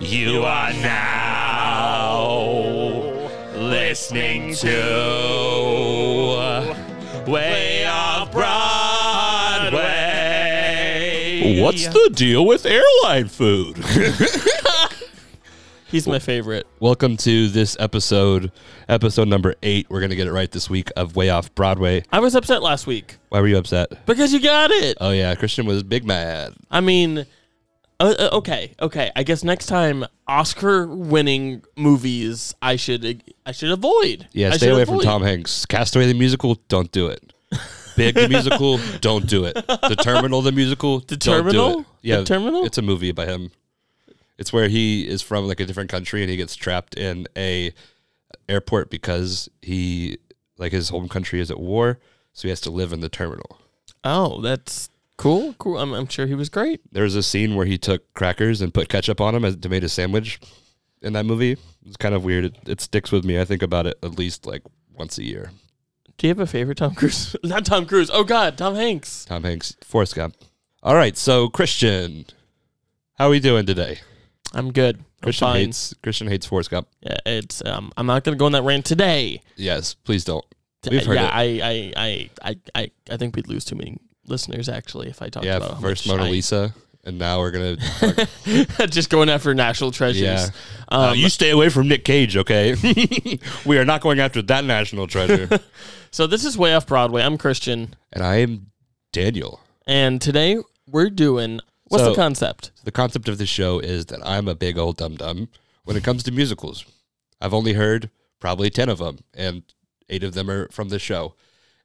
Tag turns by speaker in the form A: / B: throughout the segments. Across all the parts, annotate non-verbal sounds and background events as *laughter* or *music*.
A: You are now listening to Way Off Broadway.
B: What's the deal with airline food? *laughs*
C: He's my favorite.
B: Welcome to this episode, episode number eight. We're gonna get it right this week of Way Off Broadway.
C: I was upset last week
B: Why were you upset?
C: because you got it.
B: Oh yeah, Christian was big mad.
C: I mean, uh, uh, okay, okay. I guess next time Oscar-winning movies, I should I should avoid.
B: Yeah,
C: I
B: stay
C: should
B: away from
C: avoid.
B: Tom Hanks. Castaway the musical, don't do it. Big the
C: *laughs*
B: musical, don't do it. The Terminal the musical, the
C: Terminal?
B: do
C: The
B: it. Yeah,
C: Terminal?
B: It's a movie by him. It's where he is from like a different country and he gets trapped in a airport because he like his home country is at war, so he has to live in the terminal.
C: Oh, that's cool. Cool. I'm, I'm sure he was great.
B: There's a scene where he took crackers and put ketchup on them as to made a sandwich in that movie. It's kind of weird. It, it sticks with me. I think about it at least like once a year.
C: Do you have a favorite Tom Cruise? *laughs* Not Tom Cruise. Oh God, Tom Hanks.
B: Tom Hanks, Forrest Gump. All right, so Christian, how are we doing today?
C: I'm good. I'm
B: Christian
C: fine.
B: hates Christian hates Forrest Gump.
C: Yeah, it's. Um, I'm not gonna go on that rant today.
B: Yes, please don't. We've heard
C: yeah,
B: it.
C: I, I, I, I, I, I think we'd lose too many listeners actually if I talked
B: yeah,
C: about how
B: first
C: much
B: Mona
C: I-
B: Lisa, and now we're *laughs* gonna. Talk.
C: *laughs* just going after national treasures.
B: Yeah.
C: Um,
B: Uh, you stay away from Nick Cage, okay? *laughs* we are not going after that national treasure.
C: So this is way off Broadway. I'm Christian,
B: *laughs* and I am Daniel.
C: and today we're doing what's
B: So-
C: the concept?
B: The concept of the show is that I'm a big old dum dum when it comes to musicals. I've only heard probably 10 of them, and eight of them are from this show.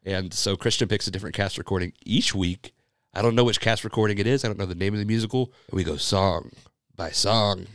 B: And so Christian picks a different cast recording each week. I don't know which cast recording it is, I don't know the name of the musical. We go song by song,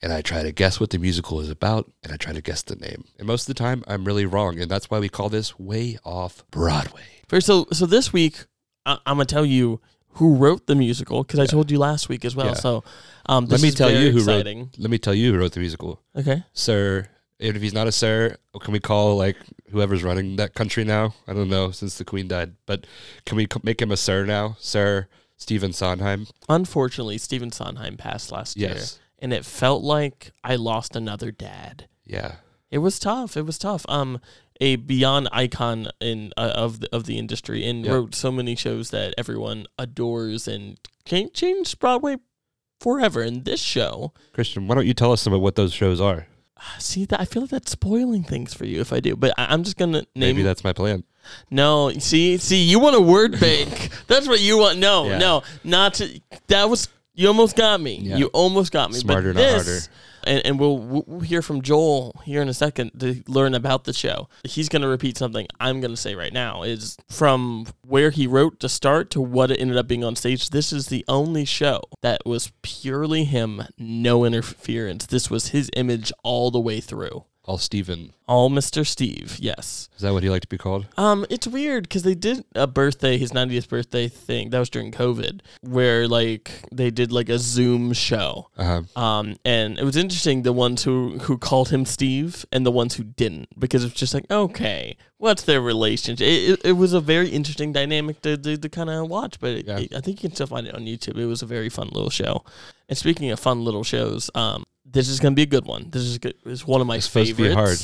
B: and I try to guess what the musical is about, and I try to guess the name. And most of the time, I'm really wrong, and that's why we call this Way Off Broadway.
C: First, so so this week I, I'm gonna tell you who wrote the musical because I told you last week as well.
B: Yeah.
C: So um,
B: Let
C: this
B: me
C: is
B: tell
C: very
B: you who
C: exciting.
B: wrote. Let me tell you who wrote the musical.
C: Okay,
B: sir. Even if he's not a sir, can we call like whoever's running that country now? I don't know since the queen died, but can we c- make him a sir now, Sir Stephen Sondheim?
C: unfortunately, Stephen Sondheim passed last year,
B: Yes.
C: and it felt like I lost another dad.
B: Yeah,
C: It was tough. It was tough. Um, a beyond icon in uh, of the, of the industry, and
B: Yeah.
C: wrote so many shows that everyone adores and can change Broadway forever. And this show,
B: Christian, why don't you tell us about what those shows are?
C: see that I feel like that's spoiling things for you if I do. But I, I'm just gonna name.
B: Maybe that's my plan.
C: No, see, see, you want
B: *laughs*
C: a word bank. that's what you want. No,
B: Yeah.
C: no, not to. That was you almost got me.
B: Yeah.
C: You almost got me.
B: Smarter,
C: but
B: not
C: this,
B: harder.
C: And, and we'll, we'll hear from Joel here in a second to learn about the show. He's going to repeat something I'm going to say right now is from where he wrote to start to what it ended up being on stage. This is the only show that was purely him, no interference. This was his image all the way through.
B: All Stephen.
C: All Mr. Steve, yes.
B: Is that what he liked to be called?
C: Um, it's weird because they did a birthday, his 90th birthday thing. That was during COVID, where like they did like a Zoom show.
B: Uh-huh.
C: Um, and it was interesting the ones who who called him Steve and the ones who didn't because it's just like okay, what's their relationship? It, it, it was a very interesting dynamic to to, to kind of watch, but it,
B: Yeah.
C: it- I think you can still find it on YouTube. It was a very fun little show. And speaking of fun little shows, um, this is gonna be a good one. This is good, is one of my
B: It's supposed to be
C: favorites.
B: hard.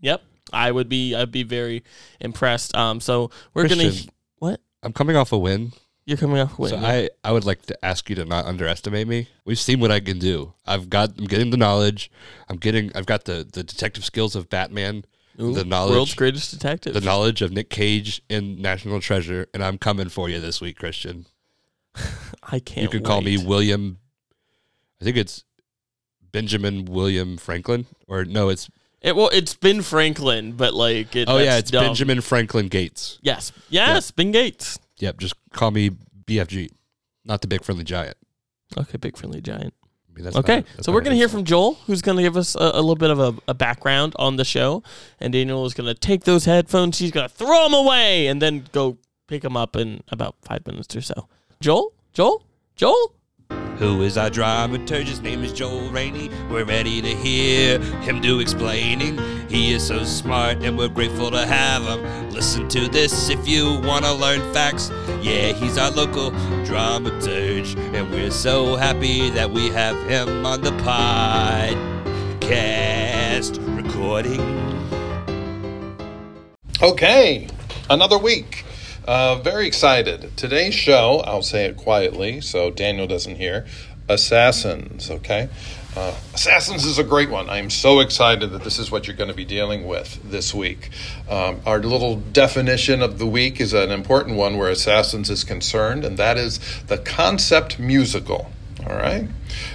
C: Yep. I would be I'd be very impressed. Um so we're going to
B: Christian.
C: what?
B: I'm coming off a win,
C: You're coming off a win.
B: so I, I would like to ask you to not underestimate me. We've seen what I can do. I've got I'm getting the knowledge. I'm getting I've got the, the detective skills of Batman.
C: Ooh,
B: the knowledge
C: world's greatest detective.
B: the knowledge of Nick Cage and National Treasure, and I'm coming for you this week, Christian.
C: I can't
B: You can call me
C: wait.
B: William. I think it's Benjamin William Franklin, or no, it's
C: It, well, it's Ben Franklin, but like it,
B: oh yeah,
C: that's
B: it's
C: dumb.
B: Benjamin Franklin Gates.
C: Yes. Yes, Ben Gates.
B: Yep, just call me BFG, not the Big Friendly Giant.
C: Okay, big friendly giant.
B: I mean, that's
C: Okay,
B: not- that's
C: so
B: not
C: we're going to
B: an
C: hear
B: insult.
C: from Joel, who's going to give us a, a little bit of a, a background on the show. And Daniel is going to take those headphones, he's going to throw them away, and then go pick them up in about five minutes or so. Joel? Joel? Joel?
B: Who is our dramaturge? His name is Joel Rainey. We're ready to hear him do explaining. He is so smart and we're grateful to have him. Listen to this if you want to learn facts. Yeah, he's our local dramaturge, and we're so happy that we have him on the podcast recording.
D: Okay, another week. Uh, very excited. Today's show, I'll say it quietly so Daniel doesn't hear Assassins, okay? Uh, Assassins is a great one. I'm so excited that this is what you're going to be dealing with this week. Um, our little definition of the week is an important one where Assassins is concerned, and that is the concept musical. All right.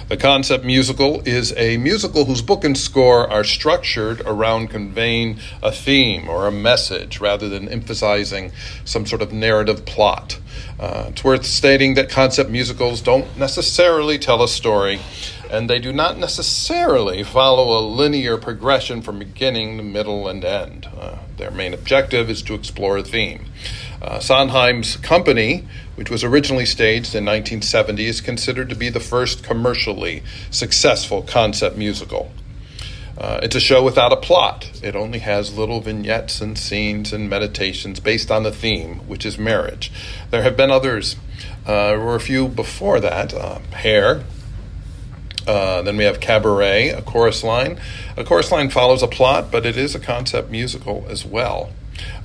D: The concept musical is a musical whose book and score are structured around conveying a theme or a message rather than emphasizing some sort of narrative plot. Uh, it's worth stating that concept musicals don't necessarily tell a story, and they do not necessarily follow a linear progression from beginning to middle and end. Uh, their main objective is to explore a theme. Uh, Sondheim's Company, which was originally staged in 1970, is considered to be the first commercially successful concept musical. Uh, it's a show without a plot. It only has little vignettes and scenes and meditations based on the theme, which is marriage. There have been others. Uh, there were a few before that. Uh, Hair, uh, then we have Cabaret, A Chorus Line. A Chorus Line follows a plot, but it is a concept musical as well.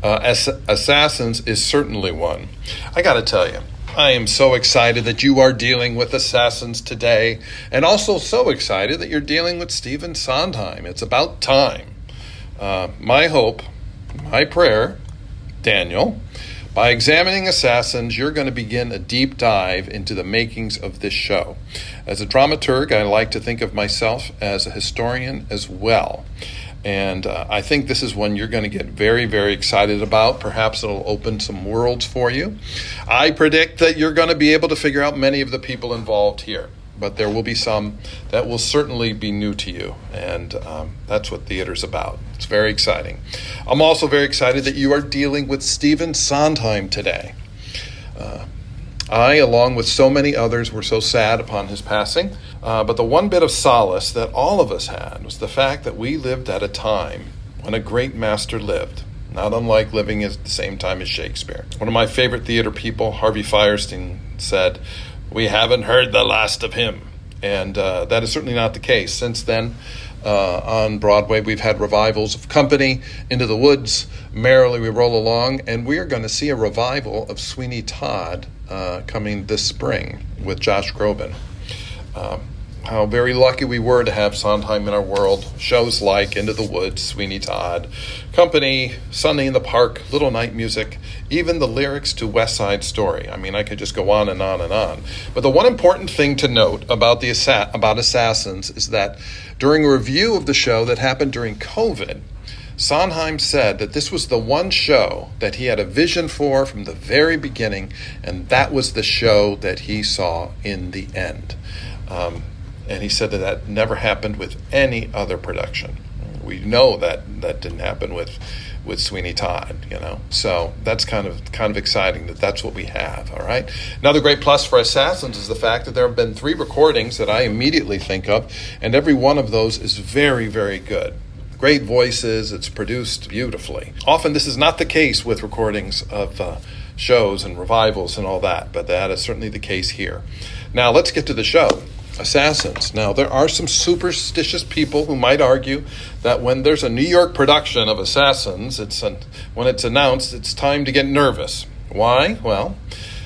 D: Uh, Ass- Assassins is certainly one. I gotta tell you, I am so excited that you are dealing with Assassins today, and also so excited that you're dealing with Stephen Sondheim. It's about time. Uh, my hope, my prayer, Daniel, by examining Assassins, you're going to begin a deep dive into the makings of this show. As a dramaturg, I like to think of myself as a historian as well. And uh, I think this is one you're going to get very, very excited about. Perhaps it'll open some worlds for you. I predict that you're going to be able to figure out many of the people involved here, but there will be some that will certainly be new to you. And um, that's what theater's about. It's very exciting. I'm also very excited that you are dealing with Stephen Sondheim today. Uh, I, along with so many others, were so sad upon his passing. Uh, but the one bit of solace that all of us had was the fact that we lived at a time when a great master lived, not unlike living at the same time as Shakespeare. One of my favorite theater people, Harvey Firestein, said, We haven't heard the last of him. And uh, that is certainly not the case. Since then, uh, on Broadway, we've had revivals of Company, Into the Woods, Merrily We Roll Along, and we are going to see a revival of Sweeney Todd uh, coming this spring with Josh Groban. Um, how very lucky we were to have Sondheim in our world. Shows like Into the Woods, Sweeney Todd, Company, Sunday in the Park, Little Night Music, even the lyrics to West Side Story. I mean, I could just go on and on and on. But the one important thing to note about the assa- about Assassins is that during a review of the show that happened during COVID, Sondheim said that this was the one show that he had a vision for from the very beginning, and that was the show that he saw in the end. Um, and he said that that never happened with any other production. We know that that didn't happen with with Sweeney Todd, you know. So that's kind of kind of exciting that that's what we have. All right. Another great plus for Assassins is the fact that there have been three recordings that I immediately think of, and every one of those is very very good. Great voices. It's produced beautifully. Often this is not the case with recordings of. Uh, Shows and revivals and all that, but that is certainly the case here. Now, let's get to the show assassins. Now, there are some superstitious people who might argue that when there's a New York production of Assassins, it's an, when it's announced, it's time to get nervous. Why? Well,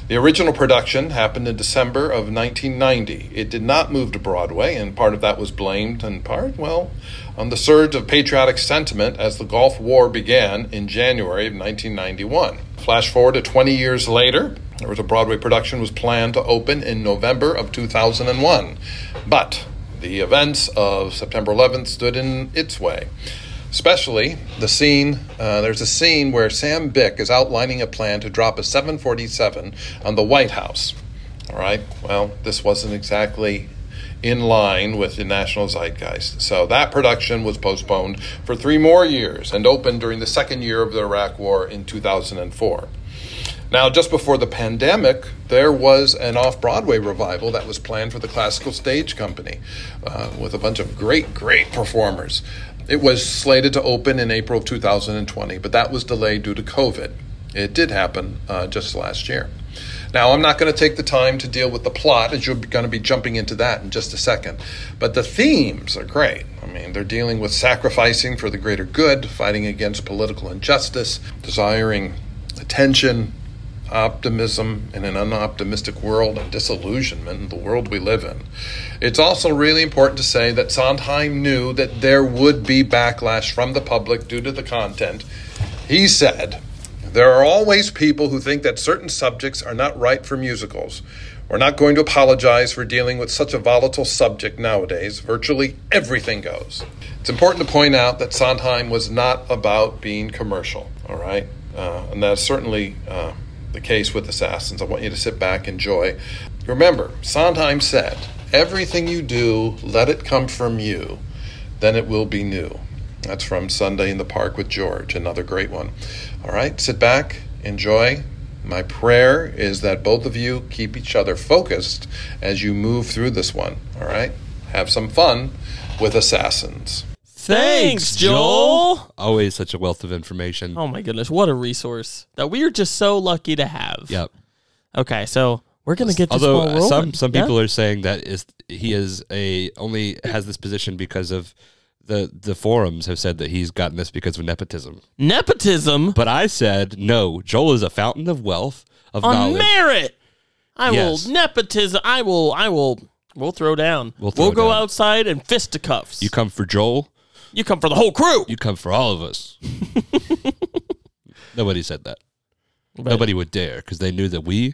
D: the original production happened in December of 1990. It did not move to Broadway, and part of that was blamed, in part, well, on the surge of patriotic sentiment as the Gulf War began in January of 1991. Flash forward to 20 years later, there was a Broadway production was planned to open in November of 2001, but the events of September 11th stood in its way. Especially the scene, uh, there's a scene where Sam Bick is outlining a plan to drop a 747 on the White House. All right, well, this wasn't exactly in line with the national zeitgeist. So that production was postponed for three more years and opened during the second year of the Iraq War in 2004. Now, just before the pandemic, there was an off Broadway revival that was planned for the Classical Stage Company uh, with a bunch of great, great performers. It was slated to open in April of 2020, but that was delayed due to COVID. It did happen uh, just last year. Now, I'm not going to take the time to deal with the plot, as you're going to be jumping into that in just a second. But the themes are great. I mean, they're dealing with sacrificing for the greater good, fighting against political injustice, desiring attention, optimism in an unoptimistic world, and disillusionment in the world we live in. It's also really important to say that Sondheim knew that there would be backlash from the public due to the content. He said, there are always people who think that certain subjects are not right for musicals. We're not going to apologize for dealing with such a volatile subject nowadays. Virtually everything goes. It's important to point out that Sondheim was not about being commercial, all right? Uh, and that's certainly uh, the case with Assassins. I want you to sit back, enjoy. Remember, Sondheim said, Everything you do, let it come from you, then it will be new. That's from Sunday in the Park with George, another great one. All right, sit back, enjoy. My prayer is that both of you keep each other focused as you move through this one. All right, have some fun with Assassins.
C: Thanks, Joel.
B: Always such a wealth of information.
C: Oh my goodness, what a resource that we are just so lucky to have.
B: Yep.
C: Okay, so we're gonna get this
B: Although
C: ball
B: uh, some
C: rolling.
B: some
C: Yeah?
B: people are saying that is he is a only has this position because of the the forums have said that he's gotten this because of nepotism.
C: nepotism
B: But I said no. Joel is a fountain of wealth of
C: on
B: knowledge.
C: merit. I
B: Yes.
C: will nepotism. I will. I will. We'll throw down.
B: We'll throw
C: go
B: down.
C: outside and fisticuffs.
B: you come for Joel.
C: you come for the whole crew.
B: You come for all of
C: *laughs*
B: us. Nobody said that.
C: Right.
B: Nobody would dare because they knew that we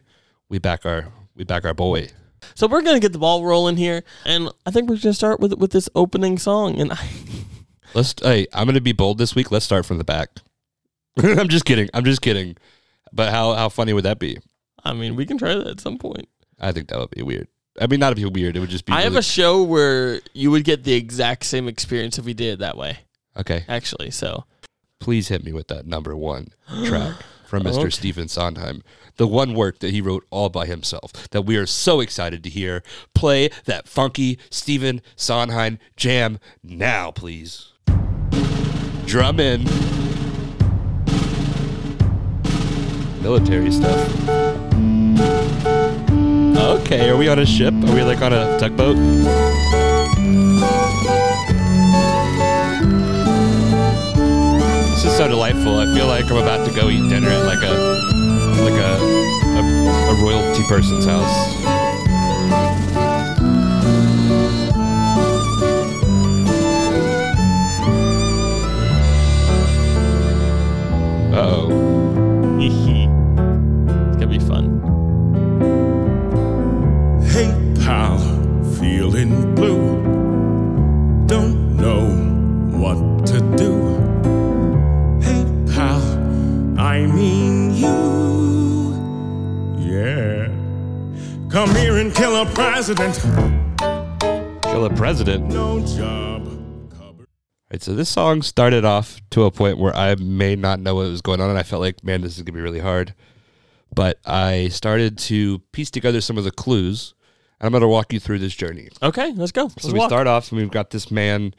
B: we back our we back our boy.
C: So we're gonna get the ball rolling here, and I think we're gonna start with with this opening song. And I, *laughs*
B: Let's. Hey, I'm gonna be bold this week. Let's start from the back. *laughs* I'm just kidding. I'm just kidding. But how how funny would that be?
C: I mean, we can try that at some point.
B: I think that would be weird. I mean, not if you're weird. It would just be.
C: I have
B: really-
C: a show where you would get the exact same experience if we did it that way.
B: okay.
C: Actually, so
B: Please hit me with that number
C: *gasps*
B: one track from Mr.
C: Okay.
B: Stephen Sondheim, the one work that he wrote all by himself. That we are so excited to hear. Play that funky Stephen Sondheim jam now, please. Drum in. Military stuff. Okay, are we on a ship? Are we like on a tugboat? This is so delightful. I feel like I'm about to go eat dinner at like a like a a, a royalty person's house. Uh-oh.
C: it's gonna be fun.
E: Hey, pal, feeling blue. Don't know what to do. Hey, pal, I mean you. Yeah. Come here and kill a president.
B: Kill a president.
E: No job. covered.
B: Right, so this song started off to a point where I may not know what was going on, and I felt like, man, this is gonna be really hard. But I started to piece together some of the clues, and I'm gonna walk you through this journey.
C: Okay, let's go.
B: So we start off, and we've got this man.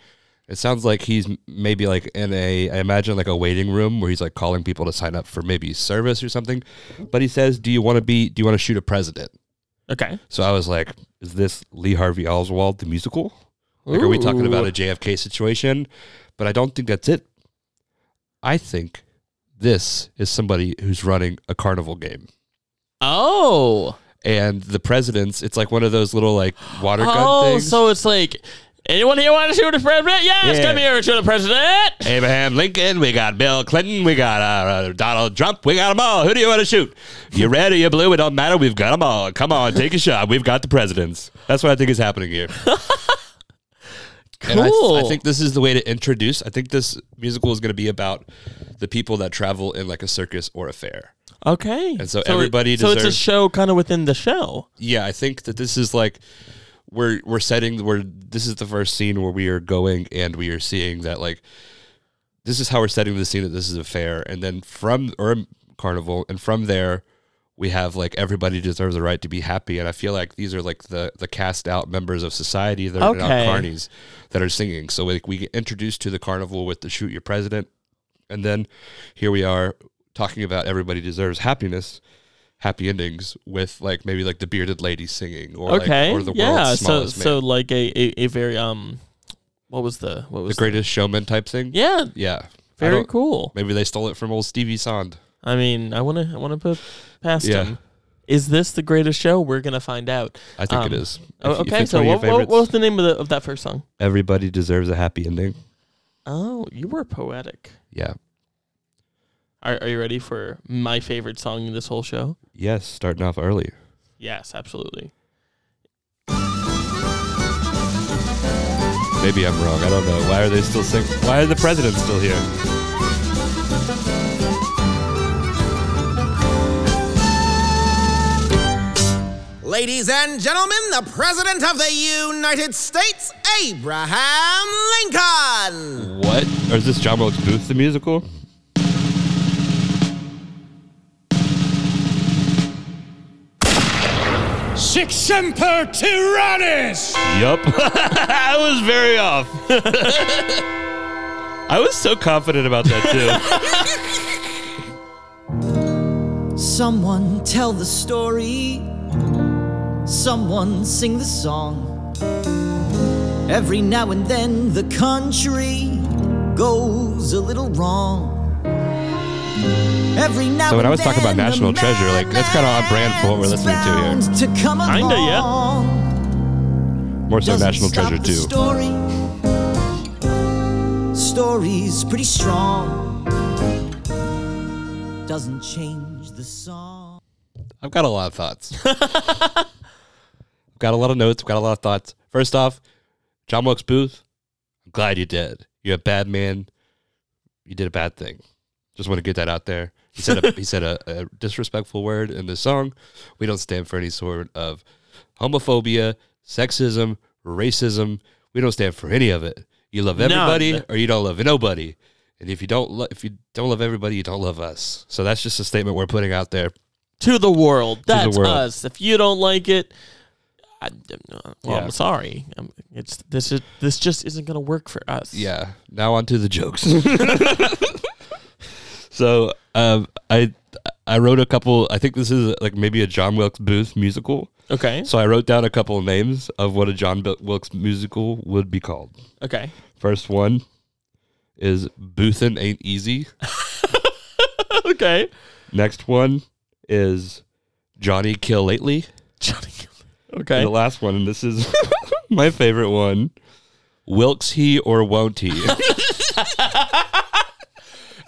B: It sounds like he's m- maybe like in a, I imagine like a waiting room where he's like calling people to sign up for maybe service or something. But he says, "Do you want to be? Do you want to shoot a president?"
C: Okay.
B: So I was like, "Is this Lee Harvey Oswald the musical? Like, are we talking
C: Ooh.
B: about a JFK situation?" But I don't think that's it. I think this is somebody who's running a carnival game,
C: Oh.
B: and the president's. It's like one of those little like water gun
C: Oh,
B: things.
C: so it's like anyone here want to shoot the president? Yes,
B: Yeah.
C: come here and shoot the president.
B: Abraham Lincoln, we got Bill Clinton, we got uh, uh, Donald Trump, we got them all. Who do you want to shoot? You red or you blue? It don't matter. We've got them all. Come on, take a shot. We've got the presidents. That's what I think is happening here. And I,
C: Cool.
B: I think this is the way to introduce. I think this musical is going to be about the people that travel in like a circus or a fair.
C: Okay.
B: And so everybody
C: So it's a
B: deserves-
C: show kind of within the show.
B: Yeah, I think that this is like we're we're setting we're this is the first scene where we are going and we are seeing that like this is how we're setting the scene that this is a fair and then from or a carnival and from there we have like everybody deserves the right to be happy and i feel like these are like the the cast out members of society that are not
C: Okay.
B: carnies that are singing so like we get introduced to the carnival with the shoot your president and then here we are talking about everybody deserves happiness happy endings with like maybe like the bearded lady singing or
C: okay.
B: like or the
C: yeah.
B: world's
C: So
B: smallest man.
C: so like a, a a very um, what was the what
B: the
C: was
B: greatest showman type thing
C: yeah.
B: yeah I
C: Very
B: don't-
C: cool.
B: maybe they stole it from old stevie sond
C: I mean, I want to I want to put past
B: Yeah.
C: him. Is this the greatest show? We're gonna find out.
B: i think it
C: Um,
B: is If
C: Oh,
B: you- if
C: okay,
B: it's
C: so
B: one of your
C: what, what,
B: favorites.
C: what was the name of, the, of that first song?
B: everybody deserves a happy ending
C: Oh, you were poetic.
B: yeah
C: Are, are you ready for my favorite song in this whole show?
B: yes starting off early
C: Yes, absolutely.
B: Maybe I'm wrong. I don't know. Why are they still singing? Why is the president still here?
F: Ladies and gentlemen, the President of the United States, Abraham Lincoln!
B: What? Or is this John Wilkes Booth the musical?
E: Six Semper Tyrannis!
B: Yup. *laughs* I was very
G: *laughs*
B: off. I was so confident about that too.
G: Someone tell the story. Someone sing the song. Every now and then the country goes a little wrong. Every now
B: So when
G: and
B: I was talking about
G: then the
B: National Treasure, like, that's kinda on brand for what we're listening to here.
G: madman's bound To come
C: Kinda, yeah.
G: along.
B: More so
G: Doesn't
B: National
G: stop
B: Treasure
G: the
B: too.
G: Story. Story's pretty strong. Doesn't change the song.
B: I've got a lot of thoughts. *laughs* I've got a lot of notes. I've got a lot of thoughts. First off, John Wilkes Booth, I'm glad you're dead. You're a bad man. You did a bad thing. Just want to get that out there. He said a, he said a, a disrespectful word in the song. We don't stand for any sort of homophobia, sexism, racism. We don't stand for any of it. You love everybody
C: None.
B: or you don't love nobody. And if you don't lo- if you don't love everybody, you don't love us. So that's just a statement we're putting out there.
C: To the world.
B: the
C: That's
B: world.
C: us. If you don't like it, I, well,
B: Yeah.
C: I'm sorry. I'm, it's this is this just isn't gonna work for us.
B: Yeah. Now on to the jokes. *laughs* so um, I I wrote a couple. I think this is like maybe a John Wilkes Booth musical.
C: Okay.
B: So I wrote down a couple of names of what a John B- Wilkes musical would be called.
C: Okay. *laughs*
B: First one is Boothin' Ain't Easy.
C: okay.
B: Next one is Johnny Kill Lately.
C: Johnny.
B: And
C: Okay.
B: the last one, and this is *laughs* my favorite one. Wilkes he or won't he? *laughs*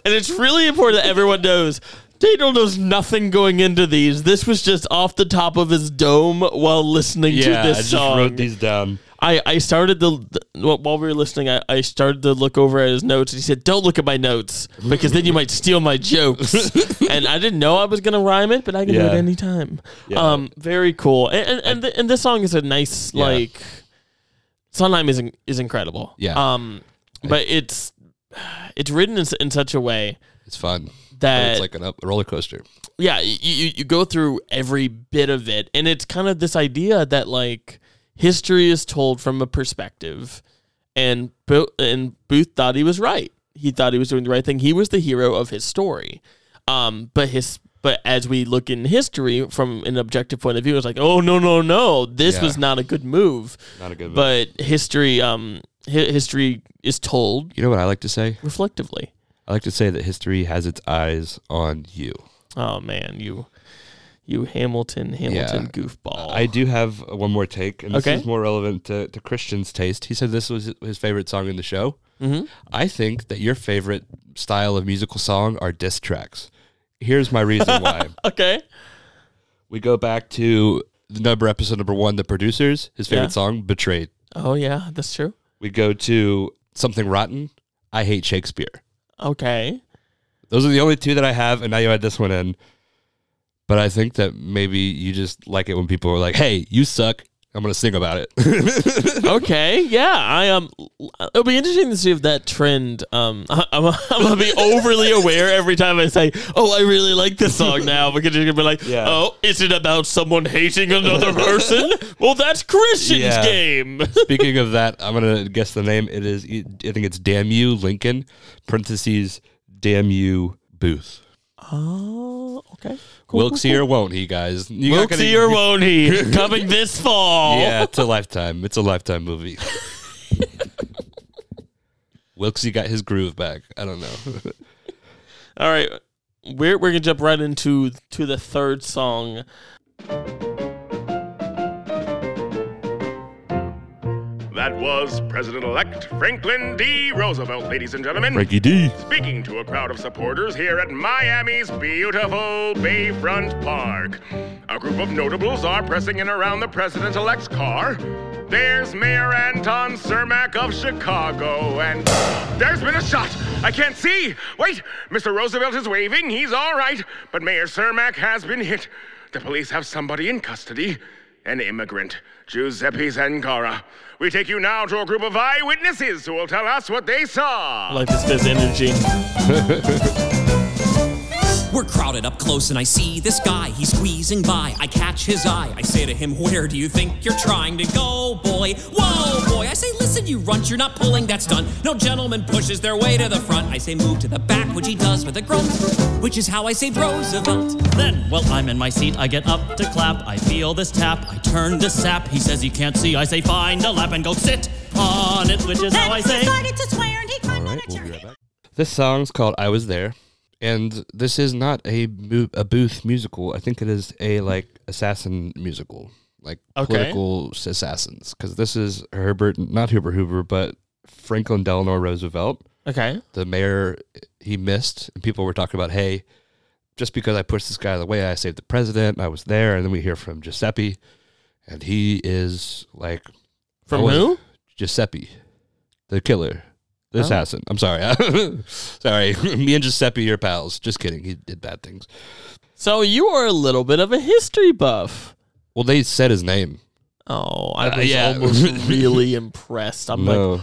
C: And it's really important that everyone knows Daniel knows nothing going into these. This was just off the top of his dome while listening
B: yeah,
C: to
B: I
C: this
B: just
C: song.
B: wrote these down.
C: I, I started the, the while we were listening, I, I started to look over at his notes. And he said, "Don't look at my notes because then you might steal
B: *laughs*
C: my jokes." and I didn't know I was gonna rhyme it, but I can do
B: Yeah.
C: it anytime. Um, very cool. And and and, the, and this song is a nice
B: Yeah.
C: like. Sondheim is in, is incredible.
B: Yeah.
C: Um, but it's it's written in, s- in such a way
B: It's fun.
C: that
B: it's like a roller coaster.
C: yeah, you, you, you go through every bit of it. And it's kind of this idea that like history is told from a perspective. And, Bo- and Booth thought he was right. He thought he was doing the right thing. He was the hero of his story. Um, but his but as we look in history from an objective point of view, it's like, oh no no no, this
B: Yeah.
C: was not a good move.
B: Not a good. But
C: But history um hi- history is told
B: you know what I like to say?
C: reflectively.
B: I like to say that history has its eyes on you.
C: Oh man, you you Hamilton Hamilton goofball.
B: I do have one more take, and this
C: Okay.
B: is more relevant to, to Christian's taste. He said this was his favorite song in the show. Mm-hmm. I think that your favorite style of musical song are diss tracks. Here's my *laughs* reason why.
C: Okay.
B: We go back to the number episode number one, The Producers, his favorite
C: Yeah.
B: song, Betrayed.
C: Oh yeah, that's true.
B: We go to Something Rotten, I Hate Shakespeare.
C: Okay.
B: Those are the only two that I have, and now you add this one in. But I think that maybe you just like it when people are like, "Hey, you suck. I'm gonna sing about it. *laughs*
C: Okay, yeah, I um, it'll be interesting to see if that trend. Um, *laughs* I, am I'm gonna be overly aware every time I say, "Oh, I really like this song now," because you're gonna be like,
H: Yeah.
C: "Oh, is it about someone hating another person?" well, that's Christian's
H: Yeah.
C: game.
B: Speaking of that, I'm gonna guess the name. It is. I think it's damn you Lincoln parentheses damn you Booth.
C: oh, okay.
B: Wilkes he or won't he, guys? You're not
C: Wilkes
B: gonna- *laughs*
C: or won't he? Coming this fall.
B: Yeah, it's a lifetime. It's a lifetime movie. *laughs* Wilkesy got his groove back. I don't know.
C: All right, we're we're gonna jump right into to the third song.
I: That was President elect Franklin D. Roosevelt, ladies and gentlemen,
B: Frankie D.
I: speaking to a crowd of supporters here at Miami's beautiful Bayfront Park. A group of notables are pressing in around the President elect's car. There's Mayor Anton Cermak of Chicago, and there's been a shot. I can't see. Wait, Mr. Roosevelt is waving. He's all right, but Mayor Cermak has been hit. The police have somebody in custody an immigrant, Giuseppe Zangara. We take you now to a group of eyewitnesses who will tell us what they saw.
C: I like this guy's energy.
J: We're crowded up close, and I see this guy. He's squeezing by. I catch his eye. I say to him, Where do you think you're trying to go, boy? Whoa, boy. I say, Listen, you runt, you're not pulling. That's done. No gentleman pushes their way to the front. I say, Move to the back, which he does with a grunt, which is how I saved Roosevelt. Then, well, I'm in my seat. I get up to clap. I feel this tap. I turn to sap. He says he can't see. I say, Find a lap and go sit on it, which is how I say.
B: This song's called "I Was There," and this is not a mo- a Booth musical. I think it is a like assassin musical, like
C: Okay.
B: political s- assassins. Because this is Herbert, not Hoover Hoover, but Franklin Delano Roosevelt.
C: Okay.
B: The mayor eh, he missed, and people were talking about, "Hey, just because I pushed this guy out of the way, I saved the president. I was there." And then we hear from Giuseppe, and he is like
C: From
B: I was-
C: who?
B: Giuseppe, the killer,
C: Oh.
B: the assassin. I'm sorry. *laughs* sorry. *laughs* Me and Giuseppe are pals. Just kidding. He did bad things.
C: So you are a little bit of a history buff.
B: Well, they said his name.
C: Oh, I
B: Uh,
C: was
B: yeah.
C: *laughs* almost really impressed. I'm like,
B: No.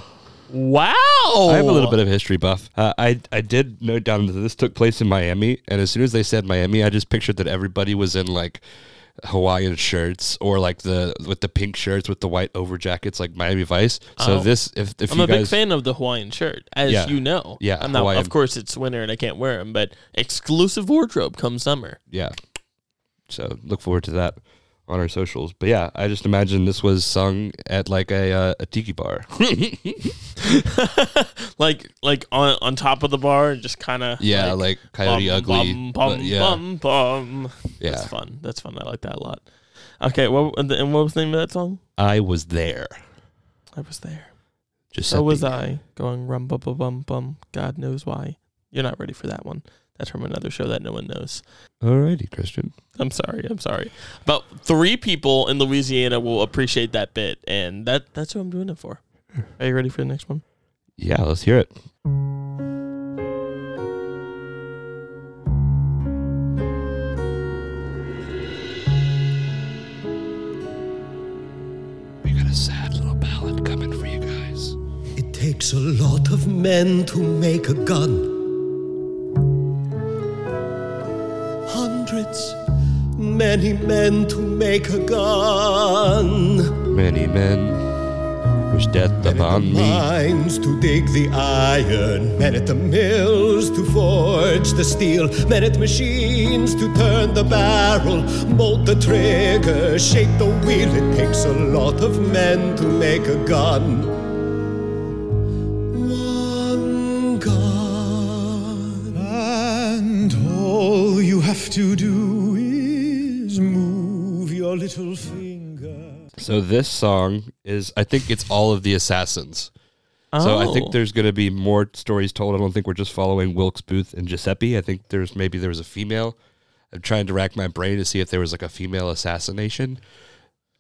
C: wow.
B: I am a
C: Oh.
B: little bit of a history buff. Uh, I I did note down that this took place in Miami, and as soon as they said Miami, I just pictured that everybody was in like Hawaiian shirts or like the with the pink shirts with the white over jackets, like Miami Vice. So
C: Oh.
B: this, if if
C: I'm
B: you
C: a
B: guys,
C: big fan of the Hawaiian shirt, as
B: Yeah.
C: you know.
B: Yeah,
C: I'm not,
B: Hawaiian.
C: of course, it's winter and I can't wear them, but exclusive wardrobe come summer. *laughs*
B: yeah. So look forward to that on our socials. But yeah, I just imagine this was sung at like a uh, a tiki
C: *laughs*
B: bar.
C: Like, like on on top of the bar, and just kind of
B: yeah, like, Coyote
C: bum,
B: Ugly.
C: Bum,
B: but
C: bum,
B: yeah,
C: bum, bum.
B: Yeah.
C: that's fun. That's fun. I like that a lot. Okay, what and what was the name of that song?
B: I was there.
C: I was there.
B: Just
C: So was I going rum bum bum bum bum. God knows why. You're not ready for that one. That's from another show that no one knows.
B: Alrighty, Christian.
C: I'm sorry. I'm sorry. About three people in Louisiana will appreciate that bit, and that that's who I'm doing
B: *laughs*
C: it for. Are you ready for the next one?
B: Yeah, let's hear it. We got a sad little ballad coming for you guys.
E: It takes a lot of men to make a gun. Hundreds, many men to make a gun.
B: Many men wish death upon me.
E: Mines to dig the iron, men at the mills to forge the steel, men at machines to turn the barrel, bolt the trigger, shape the wheel. It takes a lot of men to make a gun. One God. And all you have to do is move your little finger.
B: So this song is, I think it's all of the assassins. So I
C: Oh.
B: think there's going to be more stories told. I don't think we're just following Wilkes Booth and Giuseppe. I think there's maybe there was a female. I'm trying to rack my brain to see if there was like a female assassination,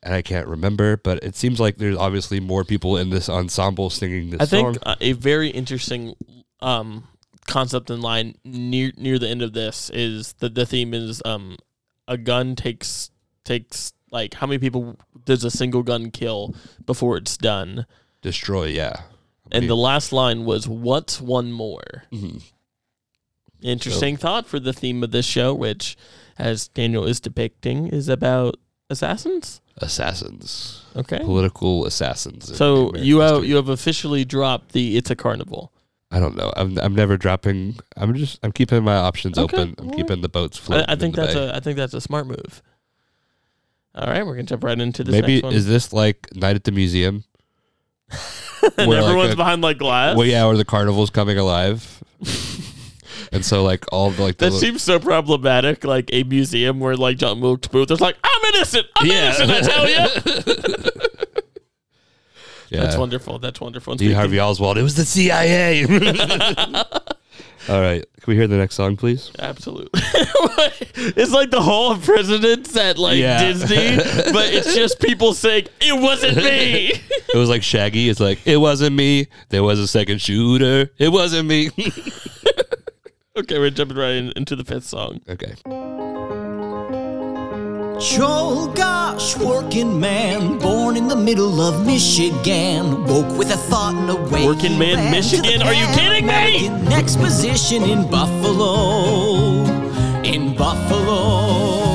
B: and I can't remember. But it seems like there's obviously more people in this ensemble singing this
C: I think
B: song.
C: uh, a very interesting um, concept in line near near the end of this is that the theme is um, a gun takes takes Like, how many people does a single gun kill before it's done?
B: Destroy, yeah. Mm-hmm.
C: And the last line was, What's one more? Interesting thought for the theme of this show, which, as Daniel is depicting, is about assassins.
B: assassins,
C: Okay.
B: political assassins. in
C: So
B: American
C: you have,
B: history.
C: you have officially dropped the It's a Carnival.
B: I don't know. I'm I'm never dropping. I'm just I'm keeping my options
C: Okay,
B: open. I'm
C: all right.
B: keeping the boats floating.
C: I, I think
B: in the
C: that's
B: bay.
C: a I think that's a smart move. All right, we're gonna jump right into this
B: maybe
C: next one.
B: is this like night at the museum?
C: *laughs* and
B: where, like,
C: everyone's
B: a-
C: behind like glass.
B: Well, yeah, or the carnival's coming
C: *laughs*
B: alive, and so like all the, like the
C: That
B: little-
C: seems so problematic. Like a museum where like John Wilkes Booth is like, I'm innocent. I'm
B: Yeah.
C: innocent. I
B: *laughs*
C: tell you.
B: yeah.
C: That's wonderful. That's wonderful. And
B: D.
C: speaking-
B: Harvey Oswald. It was the CIA. *laughs* all right, can we hear the next song, please?
C: Absolutely. *laughs* it's like the Hall of Presidents at like
B: Yeah. *laughs*
C: Disney, but it's just people saying it wasn't me.
B: It was like Shaggy. It's like it wasn't me. There was a second shooter. It wasn't me. *laughs*
C: okay, we're jumping right in, into the fifth song.
B: okay.
G: Joel Gosh, working man, born in the middle of Michigan, woke with a thought and a way.
C: Working
G: he
C: man,
G: ran to the
C: Michigan, are you
G: Pan
C: kidding me?
G: American Exposition in Buffalo, in Buffalo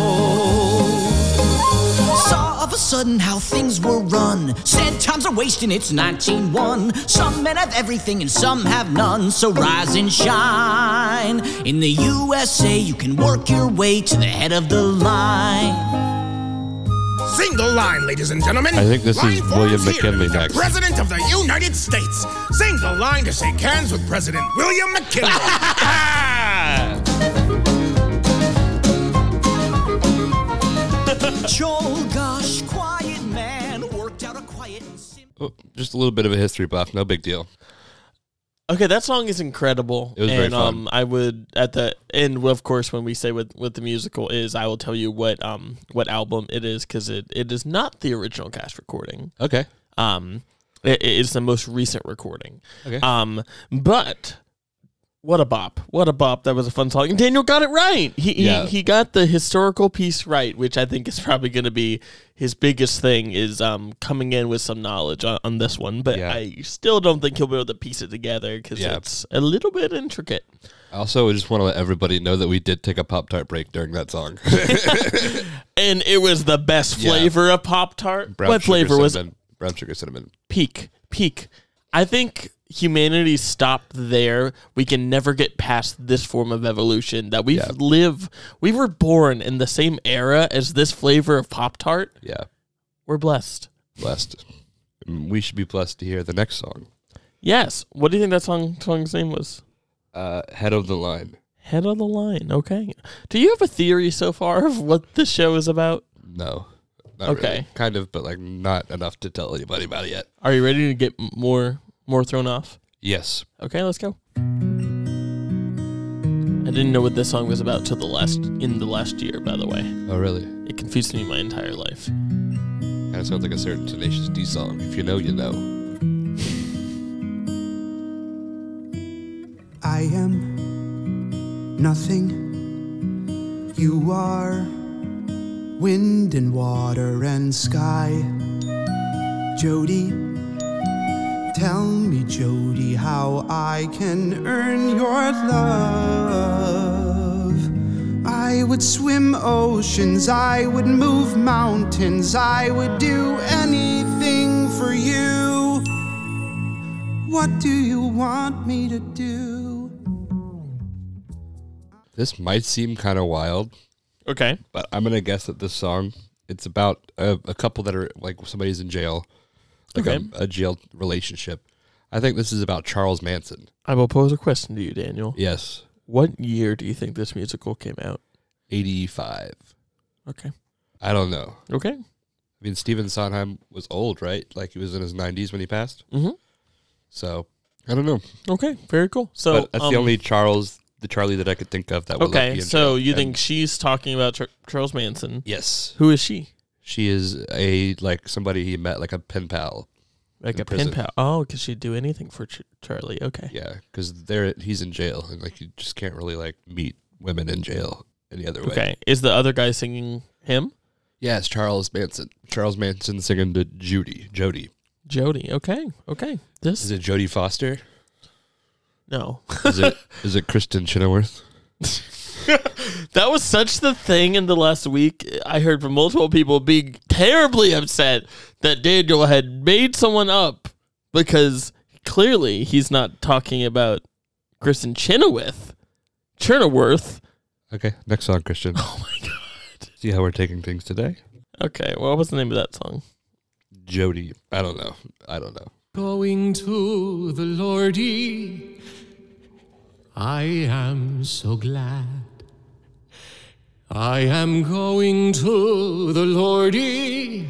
G: saw of a sudden how things were run. Said times are wasting, it's 1901. Some men have everything and some have none, so rise and shine. In the USA, you can work your way to the head of the line.
F: Single line, ladies and gentlemen.
B: I think this is
F: Line forms
B: William
F: here to
B: McKinley
F: meet the
B: next.
F: President of the United States. Single line to shake hands with President William McKinley.
G: Joel Gosh, quiet man, worked out a quiet and simple.
B: Oh, just a little bit of a history buff. No big deal.
C: Okay, that song is incredible.
B: It was
C: and,
B: very fun.
C: um I would at the end of course when we say what what the musical is, I will tell you what um what album it is cuz it it is not the original cast recording.
B: Okay.
C: Um it, it is the most recent recording.
B: Okay.
C: Um but what a bop. What a bop. That was a fun song. And Daniel got it right. He
B: Yeah.
C: he, he got the historical piece right, which I think is probably going to be his biggest thing is um coming in with some knowledge on, on this one, but
B: Yeah.
C: I still don't think he'll be able to piece it together cuz
B: Yeah.
C: it's a little bit intricate.
B: I also just want to let everybody know that we did take a Pop Tart break during that song.
C: And it was the best
B: Yeah.
C: flavor of Pop Tart.
B: *laughs* Brown
C: What
B: sugar
C: flavor was
B: cinnamon. Brown sugar cinnamon.
C: peak peak i think humanity stopped there we can never get past this form of evolution that we've
B: Yeah.
C: lived we were born in the same era as this flavor of pop tart
B: Yeah.
C: we're blessed
B: Blessed. Mm, We should be blessed to hear the next song.
C: yes what do you think that song song's name was
B: Uh, Head of the Line.
C: head of the line okay do you have a theory so far of what this show is about
B: No. Not
C: Okay.
B: really. Kind of, but like not enough to tell anybody about it yet.
C: are you ready to get m- more more thrown off
B: Yes.
C: okay let's go i didn't know what this song was about till the last in the last year by the way
B: Oh, really? Kind
C: It confused me my entire life.
B: of sounds like a certain Tenacious D song. If you know, you know.
H: I am nothing. You are wind and water and sky. Jody, tell me, Jody, how I can earn your love. I would swim oceans, I would move mountains, I would do anything for you. What do you want me to do?
B: This might seem kind of wild,
C: Okay.
B: but I'm gonna guess that this song it's about a, a couple that are like somebody's in jail, like
C: Okay.
B: a, a jail relationship. I think this is about Charles Manson.
C: I will pose a question to you, Daniel.
B: Yes,
C: What year do you think this musical came out?
B: eighty five.
C: Okay.
B: I don't know.
C: Okay.
B: I mean, Steven Sondheim was old, right? Like he was in his nineties when he passed.
C: Mhm.
B: So I don't know.
C: Okay. Very cool. So
B: but that's
C: um,
B: the only Charles, the Charlie that I could think of that. would like, be
C: Okay.
B: in
C: So
B: jail.
C: you
B: And-
C: think she's talking about Char- Charles Manson?
B: Yes,
C: Who is she?
B: she is a like somebody he met like a pen pal.
C: Like
B: In
C: a
B: prison.
C: pen pal. Oh, because she'd do anything for Ch- Charlie. Okay.
B: Yeah, because there he's in jail, and like you just can't really like meet women in jail any other way.
C: Okay. Is the other guy singing him?
B: Yes, Charles Manson. Charles Manson singing to Judy. Jody.
C: Jody. Okay. Okay. This
B: Is it Jody Foster? *laughs*
C: no.
B: Is it is it Kristen Chenoweth?
C: That was such the thing in the last week. I heard from multiple people being terribly upset that Daniel had made someone up because clearly he's not talking about Kristen Chenoweth. Chernoworth.
B: Okay, next song, Christian. *laughs* Oh my god. See how we're taking things today?
C: Okay, well, what's the name of that song?
B: Jody. I don't know. I don't know.
K: Going to the Lordy, I am so glad. I am going to the Lordy,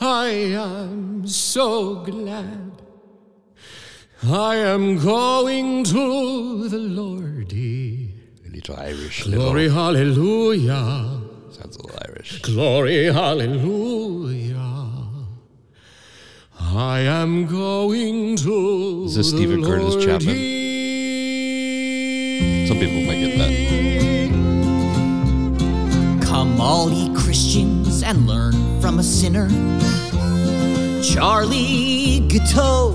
K: I am so glad. I am going to the Lordy.
B: A little Irish.
K: Glory,
B: little-
K: hallelujah.
B: Sounds a little Irish.
K: Glory, hallelujah. I am going to.
B: Is this Stephen Curtis Chapman? Some people might get that.
G: Come, all ye Christians, and learn from a sinner. Charlie Gateau.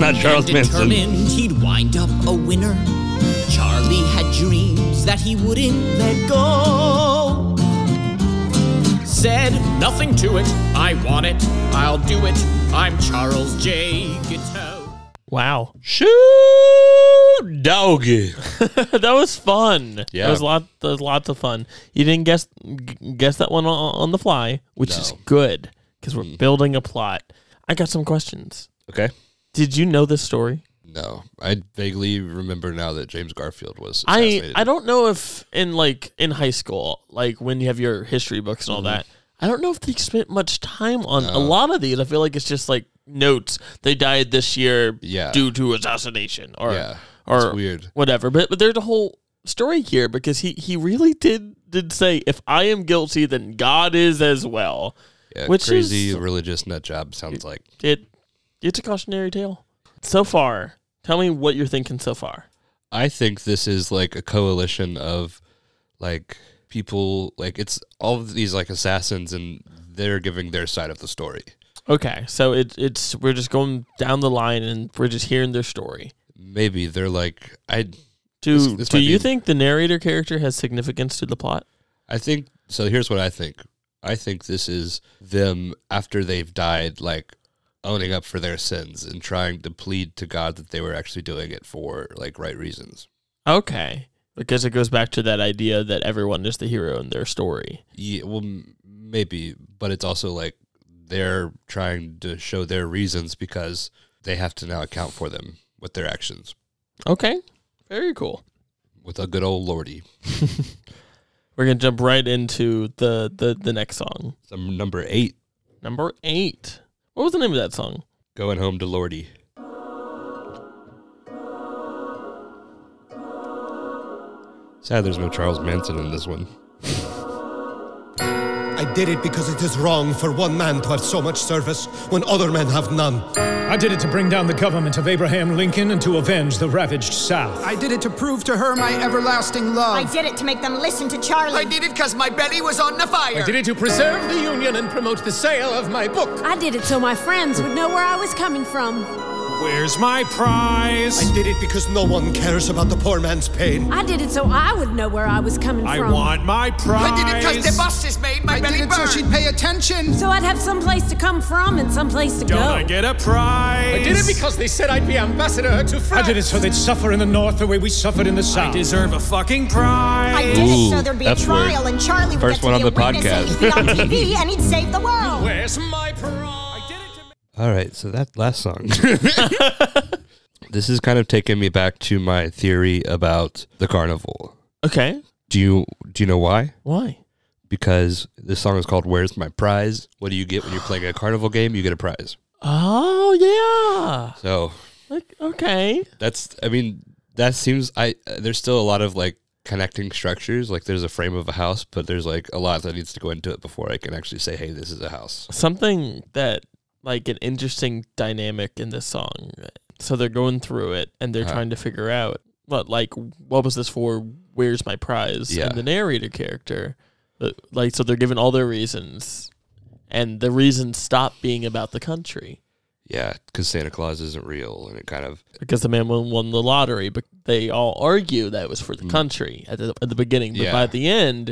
B: Not Charles Manson.
G: determined he'd wind up a winner. Charlie had dreams that he wouldn't let go. Said, nothing to it, I want it, I'll do it, I'm Charles J. Guiteau.
C: Wow.
B: Shoot, *laughs* doggy.
C: that was fun.
B: Yeah.
C: that was lot. That was lots of fun. You didn't guess g- guess that one on, on the fly, which is
B: No. Mm.
C: good because we're building a plot. I got some questions.
B: Okay.
C: Did you know this story?
B: No, I vaguely remember now that James Garfield was.
C: I
B: Assassinated.
C: I don't know if in like in high school, like when you have your history books and all
B: Mm-hmm.
C: that. I don't know if they spent much time on a lot of these. I feel like it's just like notes. They died this year
B: Yeah.
C: due to assassination or
B: Yeah,
C: or
B: it's weird.
C: whatever. But but there's a whole story here because he he really did did say if I am guilty then God is as well.
B: Yeah,
C: which
B: crazy
C: is-
B: religious nut job sounds like.
C: It it's a cautionary tale. So far, tell me what you're thinking so far.
B: I think this is like a coalition of like people like it's all of these like assassins and they're giving their side of the story.
C: Okay, so it, it's we're just going down the line and we're just hearing their story.
B: Maybe they're like I
C: Do
B: This- this
C: do
B: might
C: you
B: be-
C: think the narrator character has significance to the plot?
B: I think so here's what I think. I think this is them after they've died like owning up for their sins and trying to plead to God that they were actually doing it for like right reasons.
C: Okay, because it goes back to that idea that everyone is the hero in their story.
B: Yeah, well, m- maybe, but it's also like they're trying to show their reasons because they have to now account for them with their actions
C: Okay, very cool.
B: with a good old lordy.
C: We're gonna jump right into the the the next song,
B: Some number eight
C: number eight. What was the name of that song?
B: going home to lordy. Sad there's no Charles Manson in this one.
E: I did it because it is wrong for one man to have so much service when other men have none.
L: I did it to bring down the government of Abraham Lincoln and to avenge the ravaged South.
H: I did it to prove to her my everlasting
M: I
H: love.
M: did it to make them listen to Charlie.
K: I
M: did it.
K: because my belly was on the fire. I did it to preserve the Union and promote the sale of my book.
N: I did it so my friends would know where I was coming from.
L: Where's my prize?
E: I did it because no one cares about the poor man's pain.
N: I did it so I would know where I was coming
L: I
N: from.
L: want my prize.
N: buses made
H: I did it so she'd pay attention.
N: So I'd have someplace to come from and someplace to
L: Don't
N: go.
L: I get a prize? I did it because they said I'd be ambassador to France. I did it so they'd suffer in the North the way we suffered in the South. I deserve a fucking prize.
M: I did it so there'd be a
B: F word.
M: trial and Charlie would
B: First
M: get to
B: one
M: be
B: on
M: a
B: the
M: witness and he'd be on TV
B: *laughs*
M: and he'd save the world.
L: Where's my prize? I did it to
B: All right, so that last song. this is kind of taking me back to my theory about the carnival.
C: Okay,
B: Do you do you know why?
C: why?
B: Because this song is called "Where's My Prize." What do you get when you're playing a carnival game? You get a prize.
C: Oh
B: So
C: yeah, like, okay.
B: that's I mean that seems I uh, there's still a lot of like connecting structures. Like there's a frame of a house, but there's like a lot that needs to go into it before I can actually say, "Hey, this is a house."
C: something that like an interesting dynamic in this song. So they're going through it and
B: Uh-huh.
C: they're trying to figure out what like what was this for? Where's my prize?
B: Yeah.
C: And the narrator character Uh, Like, so they're given all their reasons, and the reasons stop being about the country
B: Yeah, because Santa Claus isn't real, and it kind of
C: because the man won, won the lottery. But they all argue that it was for the country at the, at the beginning, but
B: Mm. Yeah.
C: by the end,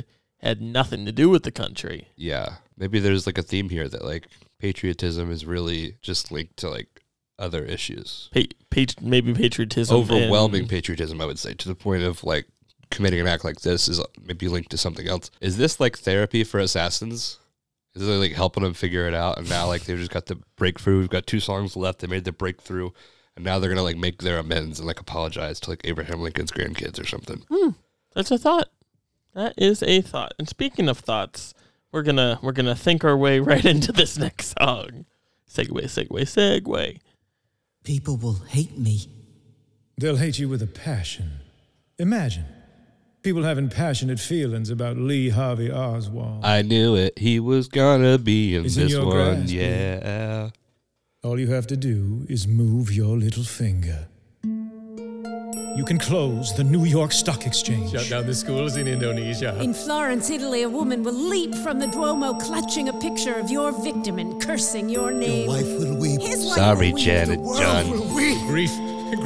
C: had nothing to do with the country.
B: yeah. Maybe there's like a theme here that like patriotism is really just linked to like other issues.
C: Pa- patri- maybe patriotism,
B: Overwhelming
C: and-
B: patriotism, I would say, to the point of like committing an act like this is uh, maybe linked to something else. Is this like therapy for assassins? Is it like helping them figure it out? And now like they've just got the breakthrough. We've got two songs left. They made the breakthrough, and now they're gonna like make their amends and like apologize to like Abraham Lincoln's grandkids or something.
C: Hmm, that's a thought. That is a thought. And speaking of thoughts, we're gonna we're gonna think our way *laughs* right into this next song. Segway, segway, segway.
G: People will hate me.
O: They'll hate you with a passion. Imagine people having passionate feelings about Lee Harvey Oswald.
B: I knew it. He was gonna be in
O: It's in
B: this
O: your
B: one.
O: grasp,
B: yeah.
O: All you have to do is move your little finger. You can close the New York Stock Exchange. Shut down the schools in Indonesia.
N: In Florence, Italy, a woman will leap from the Duomo clutching a picture of your victim and cursing your name.
O: wife
N: will weep.
B: Sorry, Janet, John.
L: Grief,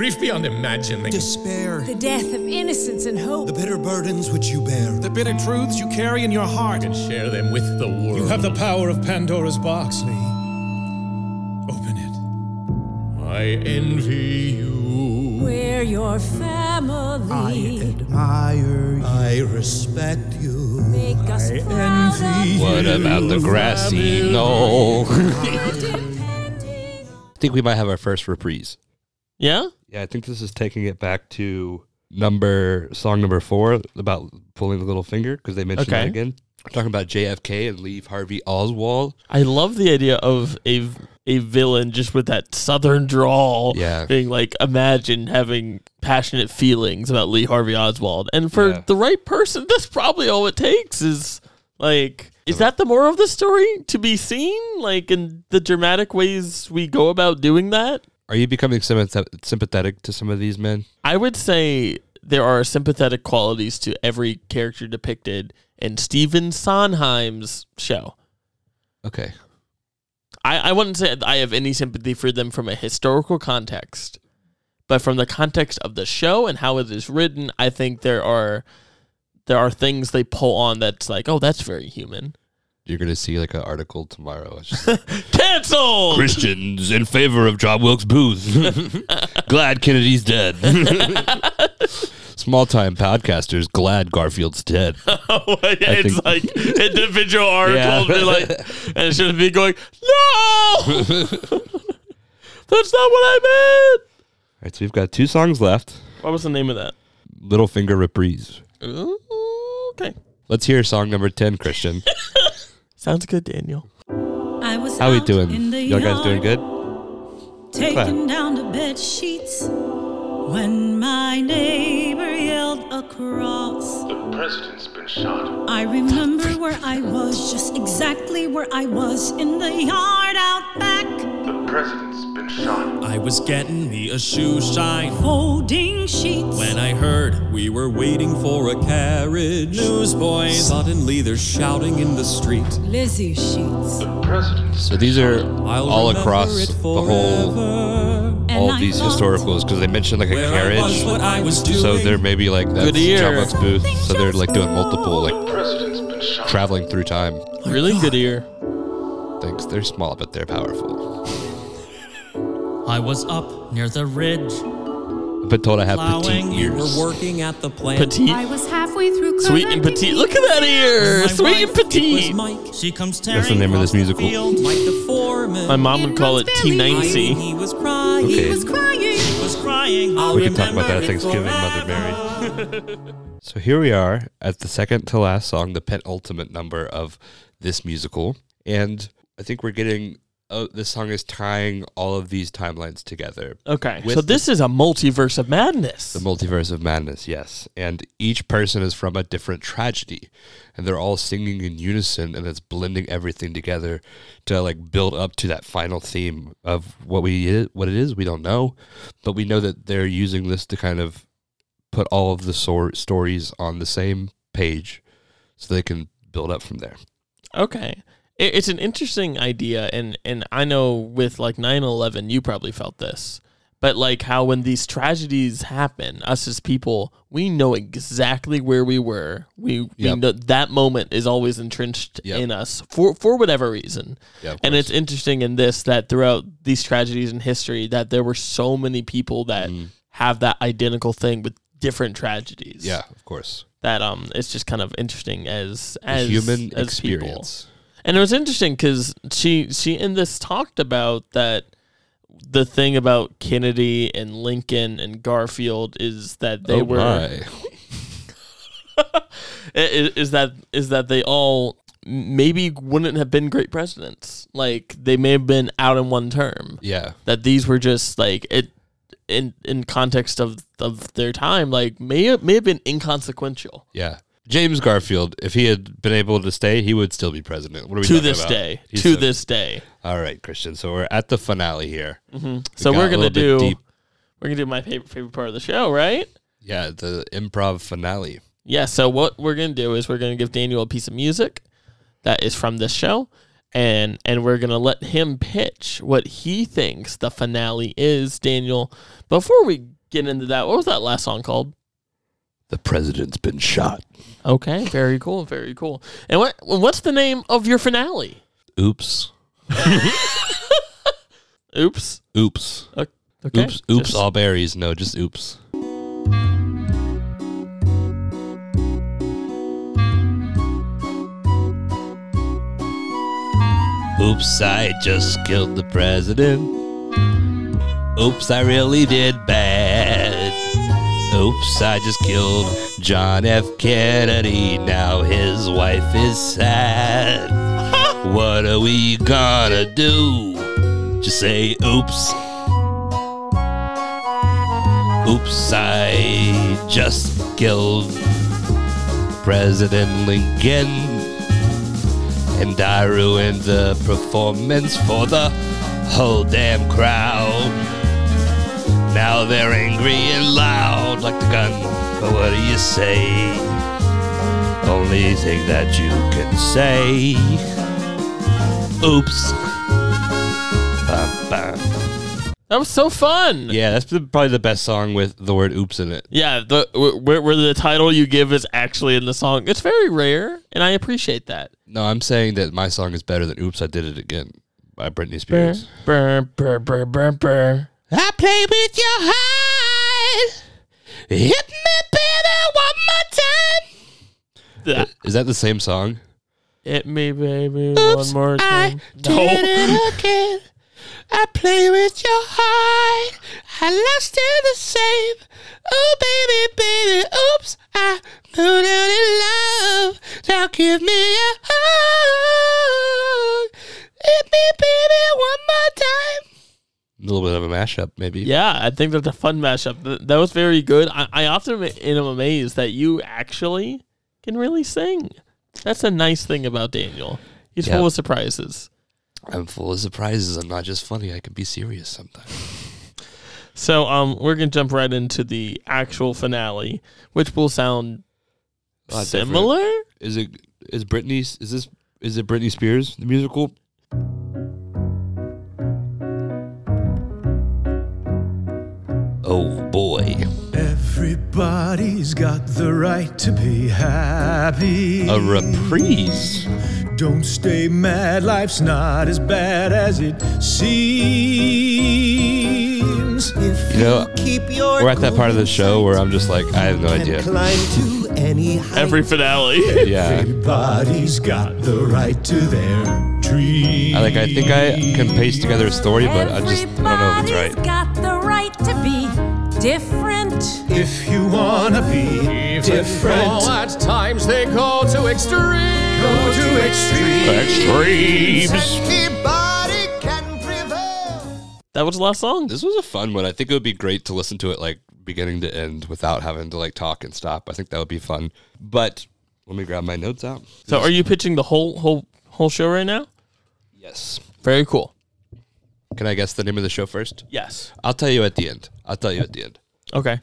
L: grief beyond imagining.
P: Despair.
N: The death of innocence and hope.
P: The bitter burdens which you bear. The bitter truths you carry in your heart.
L: And share them with the world.
O: You have the power of Pandora's box, Lee.
L: I envy you.
N: We're your family.
P: Admire you. I respect you.
N: Make us proud of
B: What
N: you.
B: about the grassy knoll? *laughs* I think we might have our first reprise.
C: Yeah?
B: Yeah, I think this is taking it back to number song number four about pulling the little finger because they mentioned
C: Okay.
B: that again. We're talking about JFK and Lee Harvey Oswald.
C: I love the idea of a a villain just with that southern drawl.
B: Yeah.
C: Being like, imagine having passionate feelings about Lee Harvey Oswald. And for the right person, that's probably all it takes is like is that the moral of the story to be seen? Like in the dramatic ways we go about doing that?
B: Are you becoming sympath- sympathetic to some of these men?
C: I would say there are sympathetic qualities to every character depicted in Stephen Sondheim's show.
B: Okay.
C: I, I wouldn't say I have any sympathy for them from a historical context, but from the context of the show and how it is written, I think there are there are things they pull on that's like, oh, that's very human.
B: You're gonna see like an article tomorrow. It's just
C: Cancelled.
B: Christians in favor of John Wilkes Booth. glad Kennedy's dead. Small time podcasters, glad Garfield's dead.
C: Oh, yeah,
B: I
C: *laughs* it's
B: think-
C: like *laughs*
B: *laughs*
C: individual
B: Yeah.
C: articles, be like, and it should be going, no,
B: *laughs*
C: that's not what I meant.
B: All right, so we've got two songs left.
C: What was the name of that?
B: Little Finger Reprise.
C: Okay,
B: Let's hear song number 10, Christian.
C: sounds good, Daniel.
Q: I was
B: How we
Q: out
B: doing?
Q: in the
B: Y'all
Q: yard,
B: guys doing good?
Q: Taking down the bed sheets when my neighbor yelled across.
I: The president's been shot.
Q: I remember where I was, just exactly where I was in the yard out back,
I: The president's been shot.
J: I was getting me a shoe shine.
Q: folding sheets.
J: When I heard we were waiting for a carriage, newsboys suddenly they're shouting in the street.
Q: Lizzie sheets.
B: So these are all
J: remember
B: across
J: it
B: the whole, all
Q: I
B: these historicals because they mentioned like a
J: Where I
B: carriage.
J: was, what I was
B: So
J: doing.
B: they're maybe like that's
C: Good ear.
B: John Wilkes Booth. So they're like doing multiple,
I: president's been
B: like traveling through time.
C: Really good ear.
B: Thanks. They're small, but they're powerful.
R: I was up near the ridge.
B: I've been told I have
R: Plowing,
B: petite
R: we
B: ears.
R: were
J: Working at the plant.
B: Petite.
R: I
N: was halfway through
C: Sweet and petite. Look at that ear. Sweet and petite.
R: She comes tearing
B: That's the name of this musical.
R: field. Mike the foreman.
C: My mom would call it T90.
R: He was crying.
B: Okay.
R: He was crying. He was crying. I'll
B: We can talk about that
R: remember
B: at
R: it
B: Thanksgiving, Mother Mary. *laughs* So here we are at the second to last song, the penultimate number of this musical. And I think we're getting, oh, this song is tying all of these timelines together.
C: Okay,
B: With
C: so this is a multiverse of madness.
B: The multiverse of madness, yes. And each person is from a different tragedy. And they're all singing in unison and it's blending everything together to like build up to that final theme of what we what it is, we don't know. But we know that they're using this to kind of put all of the sor- stories on the same page so they can build up from there.
C: Okay. It, it's an interesting idea and and I know with like 9/11 you probably felt this. But like how when these tragedies happen, us as people, we know exactly where we were. We, we
B: Yep.
C: know that moment is always entrenched in us for for whatever reason.
B: Yeah, of
C: and it's interesting in this that throughout these tragedies in history that there were so many people that
B: Mm-hmm.
C: have that identical thing with different tragedies.
B: Yeah, of course.
C: That um it's just kind of interesting as
B: The
C: as
B: human
C: as people.
B: experience.
C: And it was interesting because she she in this talked about that the thing about Kennedy and Lincoln and Garfield is that they
B: Oh
C: were
B: my.
C: I- i- is that is that they all maybe wouldn't have been great presidents. Like they may have been out in one term.
B: Yeah.
C: That these were just like it in in context of of their time like may have, may have been inconsequential.
B: Yeah. James Garfield, if he had been able to stay, he would still be president. What are we
C: To
B: talking
C: this
B: about?
C: day.
B: He's
C: To
B: a-
C: this day.
B: All right, Christian. So we're at the finale here.
C: Mhm.
B: We
C: So
B: got
C: we're
B: a
C: gonna
B: little bit
C: do
B: deep.
C: we're gonna do my favorite favorite part of the show, right?
B: yeah the improv finale.
C: Yeah, so what we're gonna do is we're gonna give Daniel a piece of music that is from this show, and and we're gonna let him pitch what he thinks the finale is. Daniel, before we get into that, what was that last song called?
B: The president's been shot.
C: Okay, very cool, very cool. And what what's the name of your finale?
B: Oops.
C: oops.
B: Oops.
C: O- okay.
B: Oops. Oops.
C: Just-
B: all berries. No, just oops. Oops, I just killed the president. Oops, I really did bad. Oops, I just killed John F. Kennedy. Now his wife is
C: *laughs*
B: sad. what are we gonna do? Just say oops. Oops, I just killed President Lincoln. And I ruined the performance for the whole damn crowd. Now they're angry and loud like the gun. But what do you say? Only thing that you can say. Oops. Bum, bum.
C: That was so fun.
B: Yeah, that's the, probably the best song with the word oops in it.
C: Yeah, the wh- where, where the title you give is actually in the song. It's very rare, and I appreciate that.
B: No, I'm saying that my song is better than Oops, I Did It Again by Britney Spears.
C: Brr, brr, brr, brr, brr.
A: I play with your heart. Hit me, baby, one more time.
B: Is that the same song?
C: Hit me, baby, one more
A: I
C: time.
A: did it again. I play with your heart. I lost it the same. Oh, baby, baby, oops. I moved out in love. Now give me a hug. Hit me, baby, one more time.
B: A little bit of a mashup, maybe.
C: Yeah, I think that's a fun mashup. Th- That was very good. I, I often am amazed that you actually can really sing. That's a nice thing about Daniel. He's
B: Yeah.
C: full of surprises.
B: I'm full of surprises. I'm not just funny. I can be serious sometimes.
C: So um, we're gonna jump right into the actual finale, which will sound
B: A lot different.
C: similar.
B: Is it? Is Britney's? Is this? Is it Britney Spears the musical? Oh boy.
O: Everybody's got the right to be happy.
B: A reprise.
O: Don't stay mad, life's not as bad as it seems. If
B: You know,
O: keep your
B: we're at that part of the show where I'm just like, I have no idea.
O: climb to any
C: Every
B: *laughs*
C: finale.
B: Yeah.
O: Everybody's got the right to their dream.
B: I like. I think I can paste together a story, but I just I don't know if it's right.
N: Got the right to be different.
O: If you wanna be different,
K: Oh, at times they go to extremes.
O: go to extreme.
C: That was the last song.
B: This was a fun one. I think it would be great to listen to it like beginning to end without having to like talk and stop. I think that would be fun. But let me grab my notes out.
C: So are you pitching the whole whole whole show right now?
B: Yes.
C: Very cool.
B: Can I guess the name of the show first?
C: Yes.
B: I'll tell you at the end. I'll tell you at the end.
C: Okay.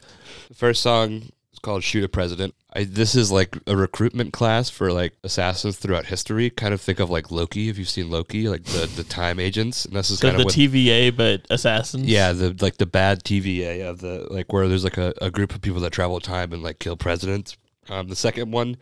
B: The first song is called Shoot a President. I, this is like a recruitment class for like assassins throughout history. Kind of think of like Loki, if you've seen Loki, like the, the time agents. And this is
C: So
B: kind
C: the
B: of what,
C: TVA, but assassins.
B: yeah, the like the bad TVA of the like where there's like a, a group of people that travel time and like kill presidents. Um, the second one,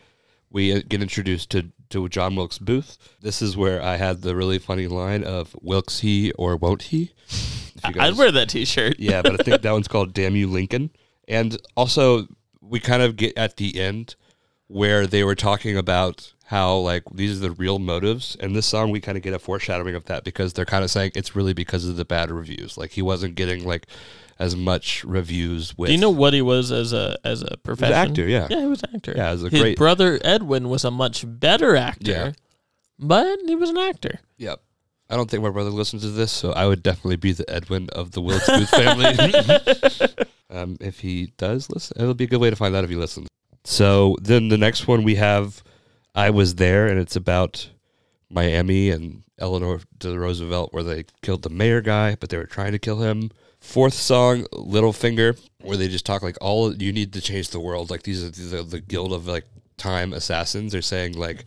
B: we uh, get introduced to to John Wilkes Booth. This is where I had the really funny line of "Wilkes he or won't he?" If you
C: I'd wear that T-shirt.
B: yeah, but I think that one's called "Damn You Lincoln." And also, we kind of get at the end where they were talking about how like these are the real motives and this song we kind of get a foreshadowing of that because they're kind of saying it's really because of the bad reviews like he wasn't getting like as much reviews with
C: Do you know what he was as a as a profession?
B: actor, yeah.
C: yeah, he was an actor.
B: Yeah, he was a
C: His
B: great-
C: brother Edwin was a much better actor,
B: Yeah.
C: but he was an actor.
B: Yep. I don't think my brother listens to this, so I would definitely be the Edwin of the Wilkes Booth
C: *laughs*
B: family. um, if he does listen, it'll be a good way to find out if he listens. So then the next one we have, I was there, and it's about Miami and Eleanor de Roosevelt, where they killed the mayor guy, but they were trying to kill him. Fourth song, Little Finger, where they just talk like all you need to change the world. Like these are the, the guild of like time assassins. They're saying like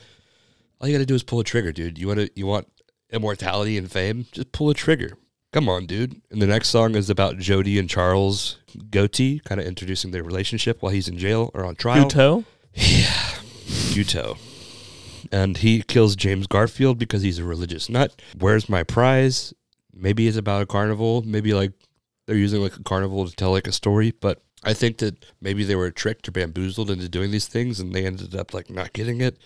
B: all you got to do is pull a trigger, dude. You want to, you want immortality and fame? Just pull a trigger. Come on, dude. And the next song is about Jody and Charles Goatee, kind of introducing their relationship while he's in jail or on trial.
C: Guteau?
B: Yeah, Guto. And he kills James Garfield because he's a religious nut. Where's my prize? Maybe it's about a carnival. Maybe like they're using like a carnival to tell like a story, but I think that maybe they were tricked or bamboozled into doing these things and they ended up like not getting it.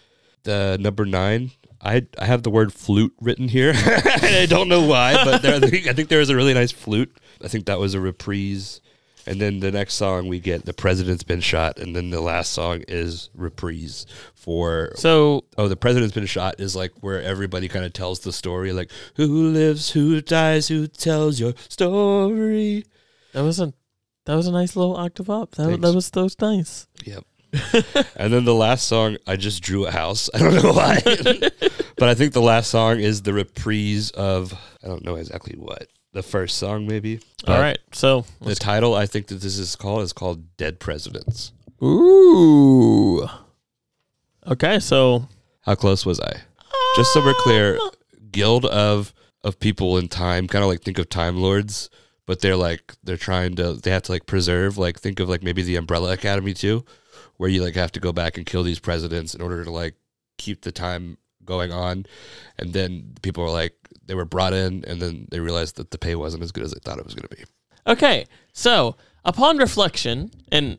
B: The number nine, I I have the word flute written here. *laughs* I don't know why, but there, I think there was a really nice flute. I think that was a reprise. And then the next song we get the president's been shot, and then the last song is reprise for
C: so
B: oh the president's been shot is like where everybody kind of tells the story like who lives who dies who tells your story.
C: That was a that was a nice little octave up. That,
B: Thanks.
C: that was that was nice.
B: Yep. *laughs* and then the last song, I just drew a house. I don't know
C: *laughs*
B: why, but I think the last song is the reprise of I don't know exactly what the first song maybe.
C: All
B: But
C: right, so
B: the title I think that this is called is called Dead Presidents.
C: Ooh. Okay, so
B: how close was I? Just so we're clear, guild of of people in time, kind of like think of time lords, but they're like they're trying to they have to like preserve like think of like maybe the Umbrella Academy too, where you like have to go back and kill these presidents in order to like keep the time going on, and then people are like they were brought in and then they realized that the pay wasn't as good as they thought it was going to be.
C: Okay, so upon reflection, and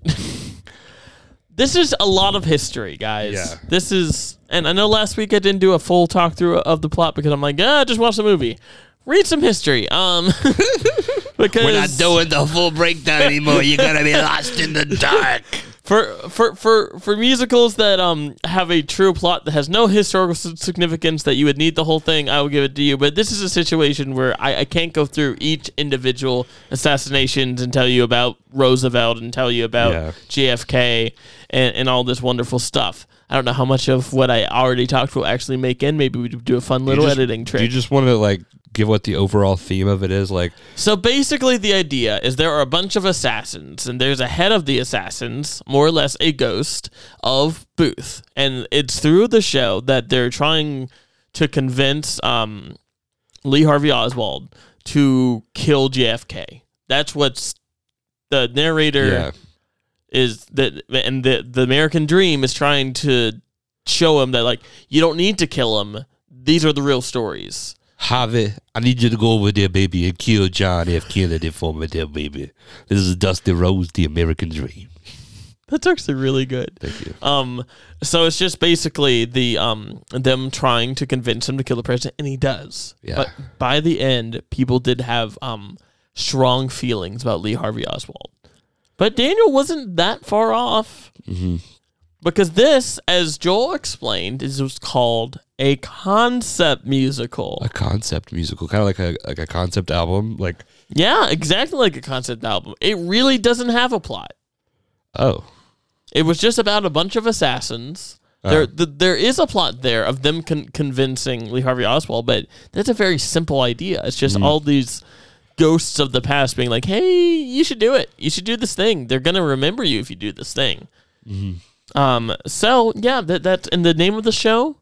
C: *laughs* this is a lot of history, guys.
B: Yeah.
C: This is, and I know last week I didn't do a full talk through of the plot because I'm like, ah, just watch the movie, read some history. Um, *laughs*
A: *laughs*
C: because
A: We're not doing the full breakdown anymore. You're gonna be lost in the dark.
C: for for for for musicals that um have a true plot that has no historical s- significance that you would need the whole thing, I will give it to you. But this is a situation where I, I can't go through each individual assassinations and tell you about Roosevelt and tell you about
B: Yeah.
C: JFK and, and all this wonderful stuff. I don't know how much of what I already talked will actually make in. Maybe we do a
B: Do
C: fun
B: you
C: *laughs* little
B: just-
C: editing
B: Do
C: trick.
B: you just want to like give what the overall theme of it is like?
C: So basically, the idea is there are a bunch of assassins, and there's a head of the assassins, more or less a ghost of Booth, and it's through the show that they're trying to convince um, Lee Harvey Oswald to kill JFK. That's what's the narrator
B: Yeah.
C: is that, and the the American Dream is trying to show him that like you don't need to kill him. These are the real stories.
B: Javi, I need you to go over there, baby, and kill John F. Kennedy for me, there, baby. This is Dusty Rose, the American Dream.
C: That's actually really good.
B: Thank you.
C: Um, so it's just basically the um them trying to convince him to kill the president, and he does.
B: Yeah.
C: But by the end, people did have um strong feelings about Lee Harvey Oswald, but Daniel wasn't that far off
B: Mm-hmm.
C: because this, as Joel explained, is was called a concept musical.
B: A concept musical, kind of like a like a concept album. Like,
C: Yeah, exactly like a concept album. It really doesn't have a plot.
B: oh,
C: It was just about a bunch of assassins. There, th- there is a plot there of them con- convincing Lee Harvey Oswald, but that's a very simple idea. It's just
B: Mhm.
C: all these ghosts of the past being like, "Hey, you should do it. You should do this thing. They're gonna remember you if you do this thing." Um, so yeah, that that and the name of the show,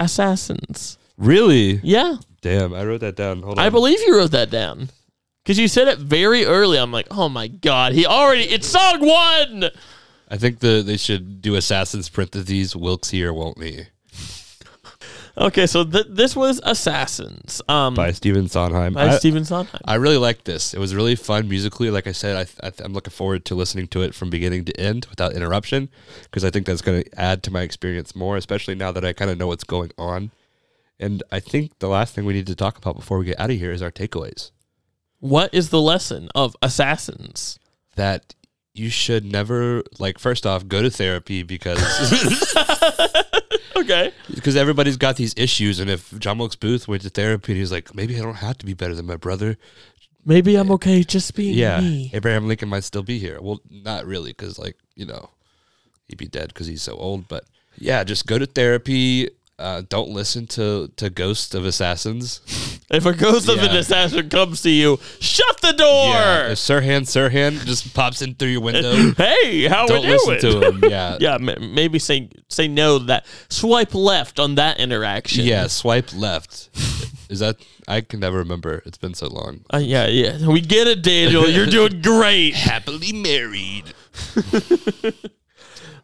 C: Assassins.
B: Really?
C: Yeah.
B: Damn, I wrote that down. Hold on.
C: I believe you wrote that down because you said it very early. I'm like, oh my god, he already it's song one.
B: I think the they should do assassins parentheses Wilkes here won't he
C: Okay, so th- this was Assassins. Um,
B: by Steven Sondheim.
C: by
B: I-
C: Stephen Sondheim.
B: I really liked this. It was really fun musically. Like I said, I, th- I th- I'm looking forward to listening to it from beginning to end without interruption because I think that's going to add to my experience more, especially now that I kind of know what's going on. And I think the last thing we need to talk about before we get out of here is our takeaways.
C: What is the lesson of Assassins?
B: That you should never like. First off, go to therapy because *laughs*
C: okay,
B: because everybody's got these issues. And if John Wilkes Booth went to therapy and he's like, maybe I don't have to be better than my brother,
C: Maybe I'm okay just being
B: yeah,
C: me.
B: Abraham Lincoln might still be here. Well, not really, because like you know, he'd be dead because he's so old. But yeah, just go to therapy. Uh, don't listen to to Ghost of Assassins.
C: If a ghost of an
B: Yeah.
C: assassin comes to you, shut the door.
B: Yeah, if Sirhan Sirhan just pops in through your *laughs* window,
C: *clears throat* hey, how
B: don't
C: we doing?
B: listen *laughs* to him. Yeah,
C: *laughs* yeah. M- maybe say say no to that. Swipe left on that interaction.
B: yeah. Swipe left. Is that I can never remember. It's been so long.
C: Uh, yeah, yeah. We get it, Daniel. You're
B: *laughs*
C: doing great.
B: Happily married.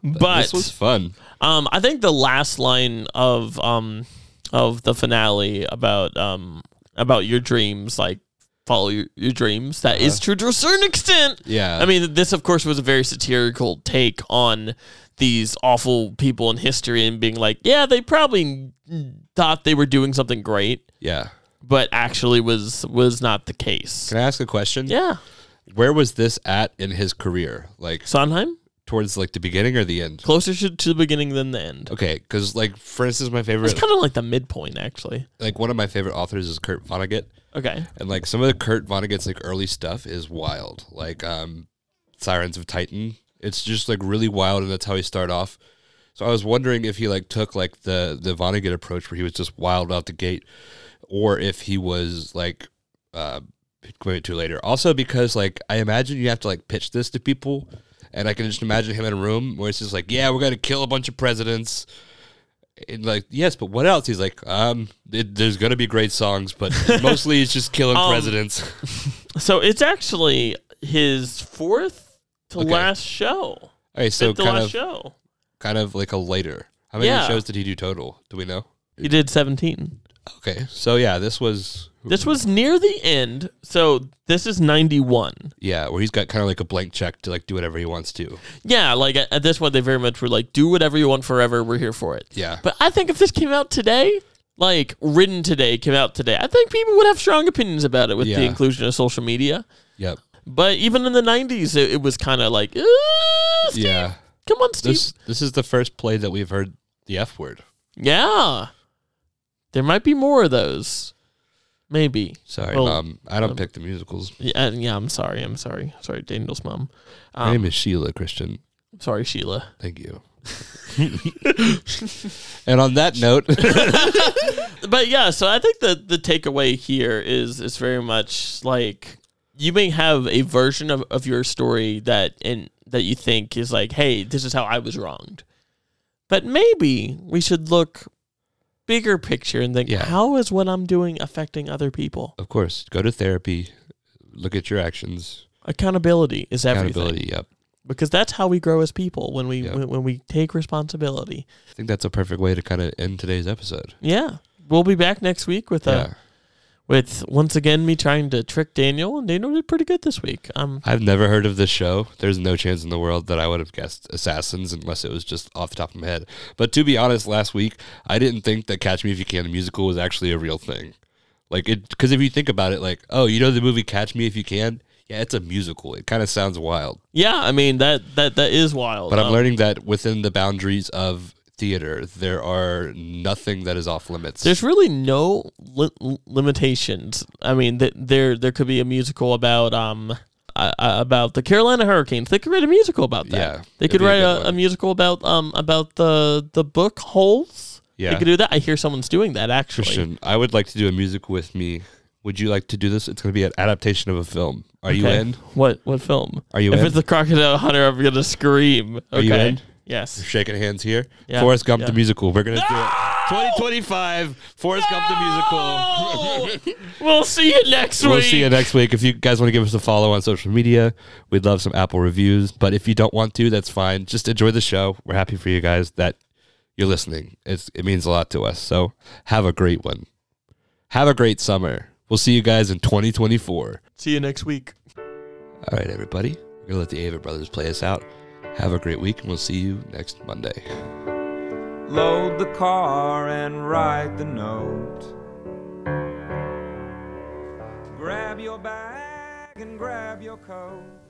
C: but
B: this was fun.
C: Um, I think the last line of um of the finale about um about your dreams, like follow your, your dreams. That is true to a certain extent.
B: Yeah.
C: I mean, this of course was a very satirical take on these awful people in history and being like, yeah, they probably thought they were doing something great,
B: Yeah.
C: but actually was was not the case.
B: Can I ask a question?
C: Yeah.
B: Where was this at in his career? Like
C: Sondheim?
B: Towards like the beginning or the end?
C: Closer to, to the beginning than the end.
B: Okay, because like for instance, my favorite
C: It's *laughs* kind of like the midpoint, actually.
B: like one of my favorite authors is Kurt Vonnegut.
C: Okay.
B: And like some of the Kurt Vonnegut's like early stuff is wild. Like um Sirens of Titan. It's just like really wild and that's how he started off. So I was wondering if he like took like the the Vonnegut approach where he was just wild out the gate or if he was like uh going to later. Also because like I imagine you have to like pitch this to people and I can just imagine him in a room where it's just like, Yeah, we're gonna kill a bunch of presidents and like yes, but what else? He's like, um, it, there's gonna be great songs,
C: *laughs*
B: but mostly it's just killing
C: Um,
B: presidents. *laughs*
C: So it's actually his fourth to
B: Okay.
C: last show.
B: Okay, so
C: Fifth to
B: kind
C: last
B: of-
C: show.
B: kind of like a later. How many
C: Yeah.
B: shows did he do total? Do we know?
C: He did seventeen.
B: Okay, so yeah, this was
C: This was near the end, so this is ninety one.
B: yeah, where he's got kind of like a blank check to like do whatever he wants to.
C: Yeah, like at, at this one, they very much were like, "Do whatever you want forever. We're here for it."
B: Yeah,
C: But I think if this came out today, like written today, came out today, I think people would have strong opinions about it with the
B: Yeah.
C: inclusion of social media.
B: yep,
C: But even in the nineties, it, it was kind of like, "Ah, Steve,
B: yeah.
C: come on, Steve."
B: This this is the first play that we've heard the F word.
C: Yeah. There might be more of those. Maybe.
B: Sorry,
C: Well,
B: mom, I don't
C: um,
B: pick the musicals.
C: Yeah, uh, yeah, I'm sorry. I'm sorry. Sorry, Daniel's mom.
B: My
C: Um,
B: name is Sheila Christian.
C: I'm sorry, Sheila.
B: Thank you. *laughs* and on that note, *laughs*
C: But yeah, so I think that the takeaway here is is very much like you may have a version of, of your story that and that you think is like, hey, this is how I was wronged. But maybe we should look bigger picture and think,
B: Yeah.
C: how is what I'm doing affecting other people?
B: of course, go to therapy, look at your actions.
C: Accountability is everything.
B: Accountability, yep.
C: because that's how we grow as people when we
B: Yeah.
C: when, when we take responsibility.
B: I think that's a perfect way to kind of end today's episode.
C: Yeah, we'll be back next week with uh
B: Yeah.
C: with once again me trying to trick Daniel, and Daniel did pretty good this week. Um,
B: I've never heard of this show. There's no chance in the world that I would have guessed Assassins unless it was just off the top of my head. But to be honest, last week I didn't think that Catch Me If You Can the musical was actually a real thing. Like it because if you think about it, like oh, you know the movie Catch Me If You Can. Yeah, it's a musical. It kind of sounds wild,
C: yeah, I mean that that that is wild.
B: but I'm
C: Um,
B: learning that within the boundaries of theater, there are nothing that is off limits.
C: There's really no li- limitations. I mean, th- there there could be a musical about um uh, uh, about the Carolina Hurricanes. They could write a musical about that.
B: Yeah,
C: they
B: it'd
C: could
B: be a
C: write
B: good
C: a,
B: one.
C: a musical about um about the the book holes.
B: Yeah.
C: they could do that. I hear someone's doing that actually.
B: Christian, I would like to do a music with me Would you like to do this? It's going to be an adaptation of a film. Are you
C: Okay.
B: in?
C: What what film?
B: Are you
C: if
B: in?
C: it's the Crocodile Hunter, I'm gonna scream. Okay.
B: Are you in?
C: Yes.
B: You're *laughs* shaking hands here.
C: Yeah.
B: Forrest Gump
C: Yeah.
B: the musical. We're going to do it. 2025 Forrest Gump the musical.
C: we'll see you next
B: we'll
C: week.
B: see you next week. If you guys want to give us a follow on social media, we'd love some Apple reviews. But if you don't want to, that's fine. Just enjoy the show. We're happy for you guys that you're listening. It's, it means a lot to us. So have a great one. Have a great summer. We'll see you guys in 2024.
C: See you next week.
B: All right, everybody. We're going to let the Ava Brothers play us out. Have a great week, and we'll see you next Monday.
S: Load the car and write the note. Grab your bag and grab your coat.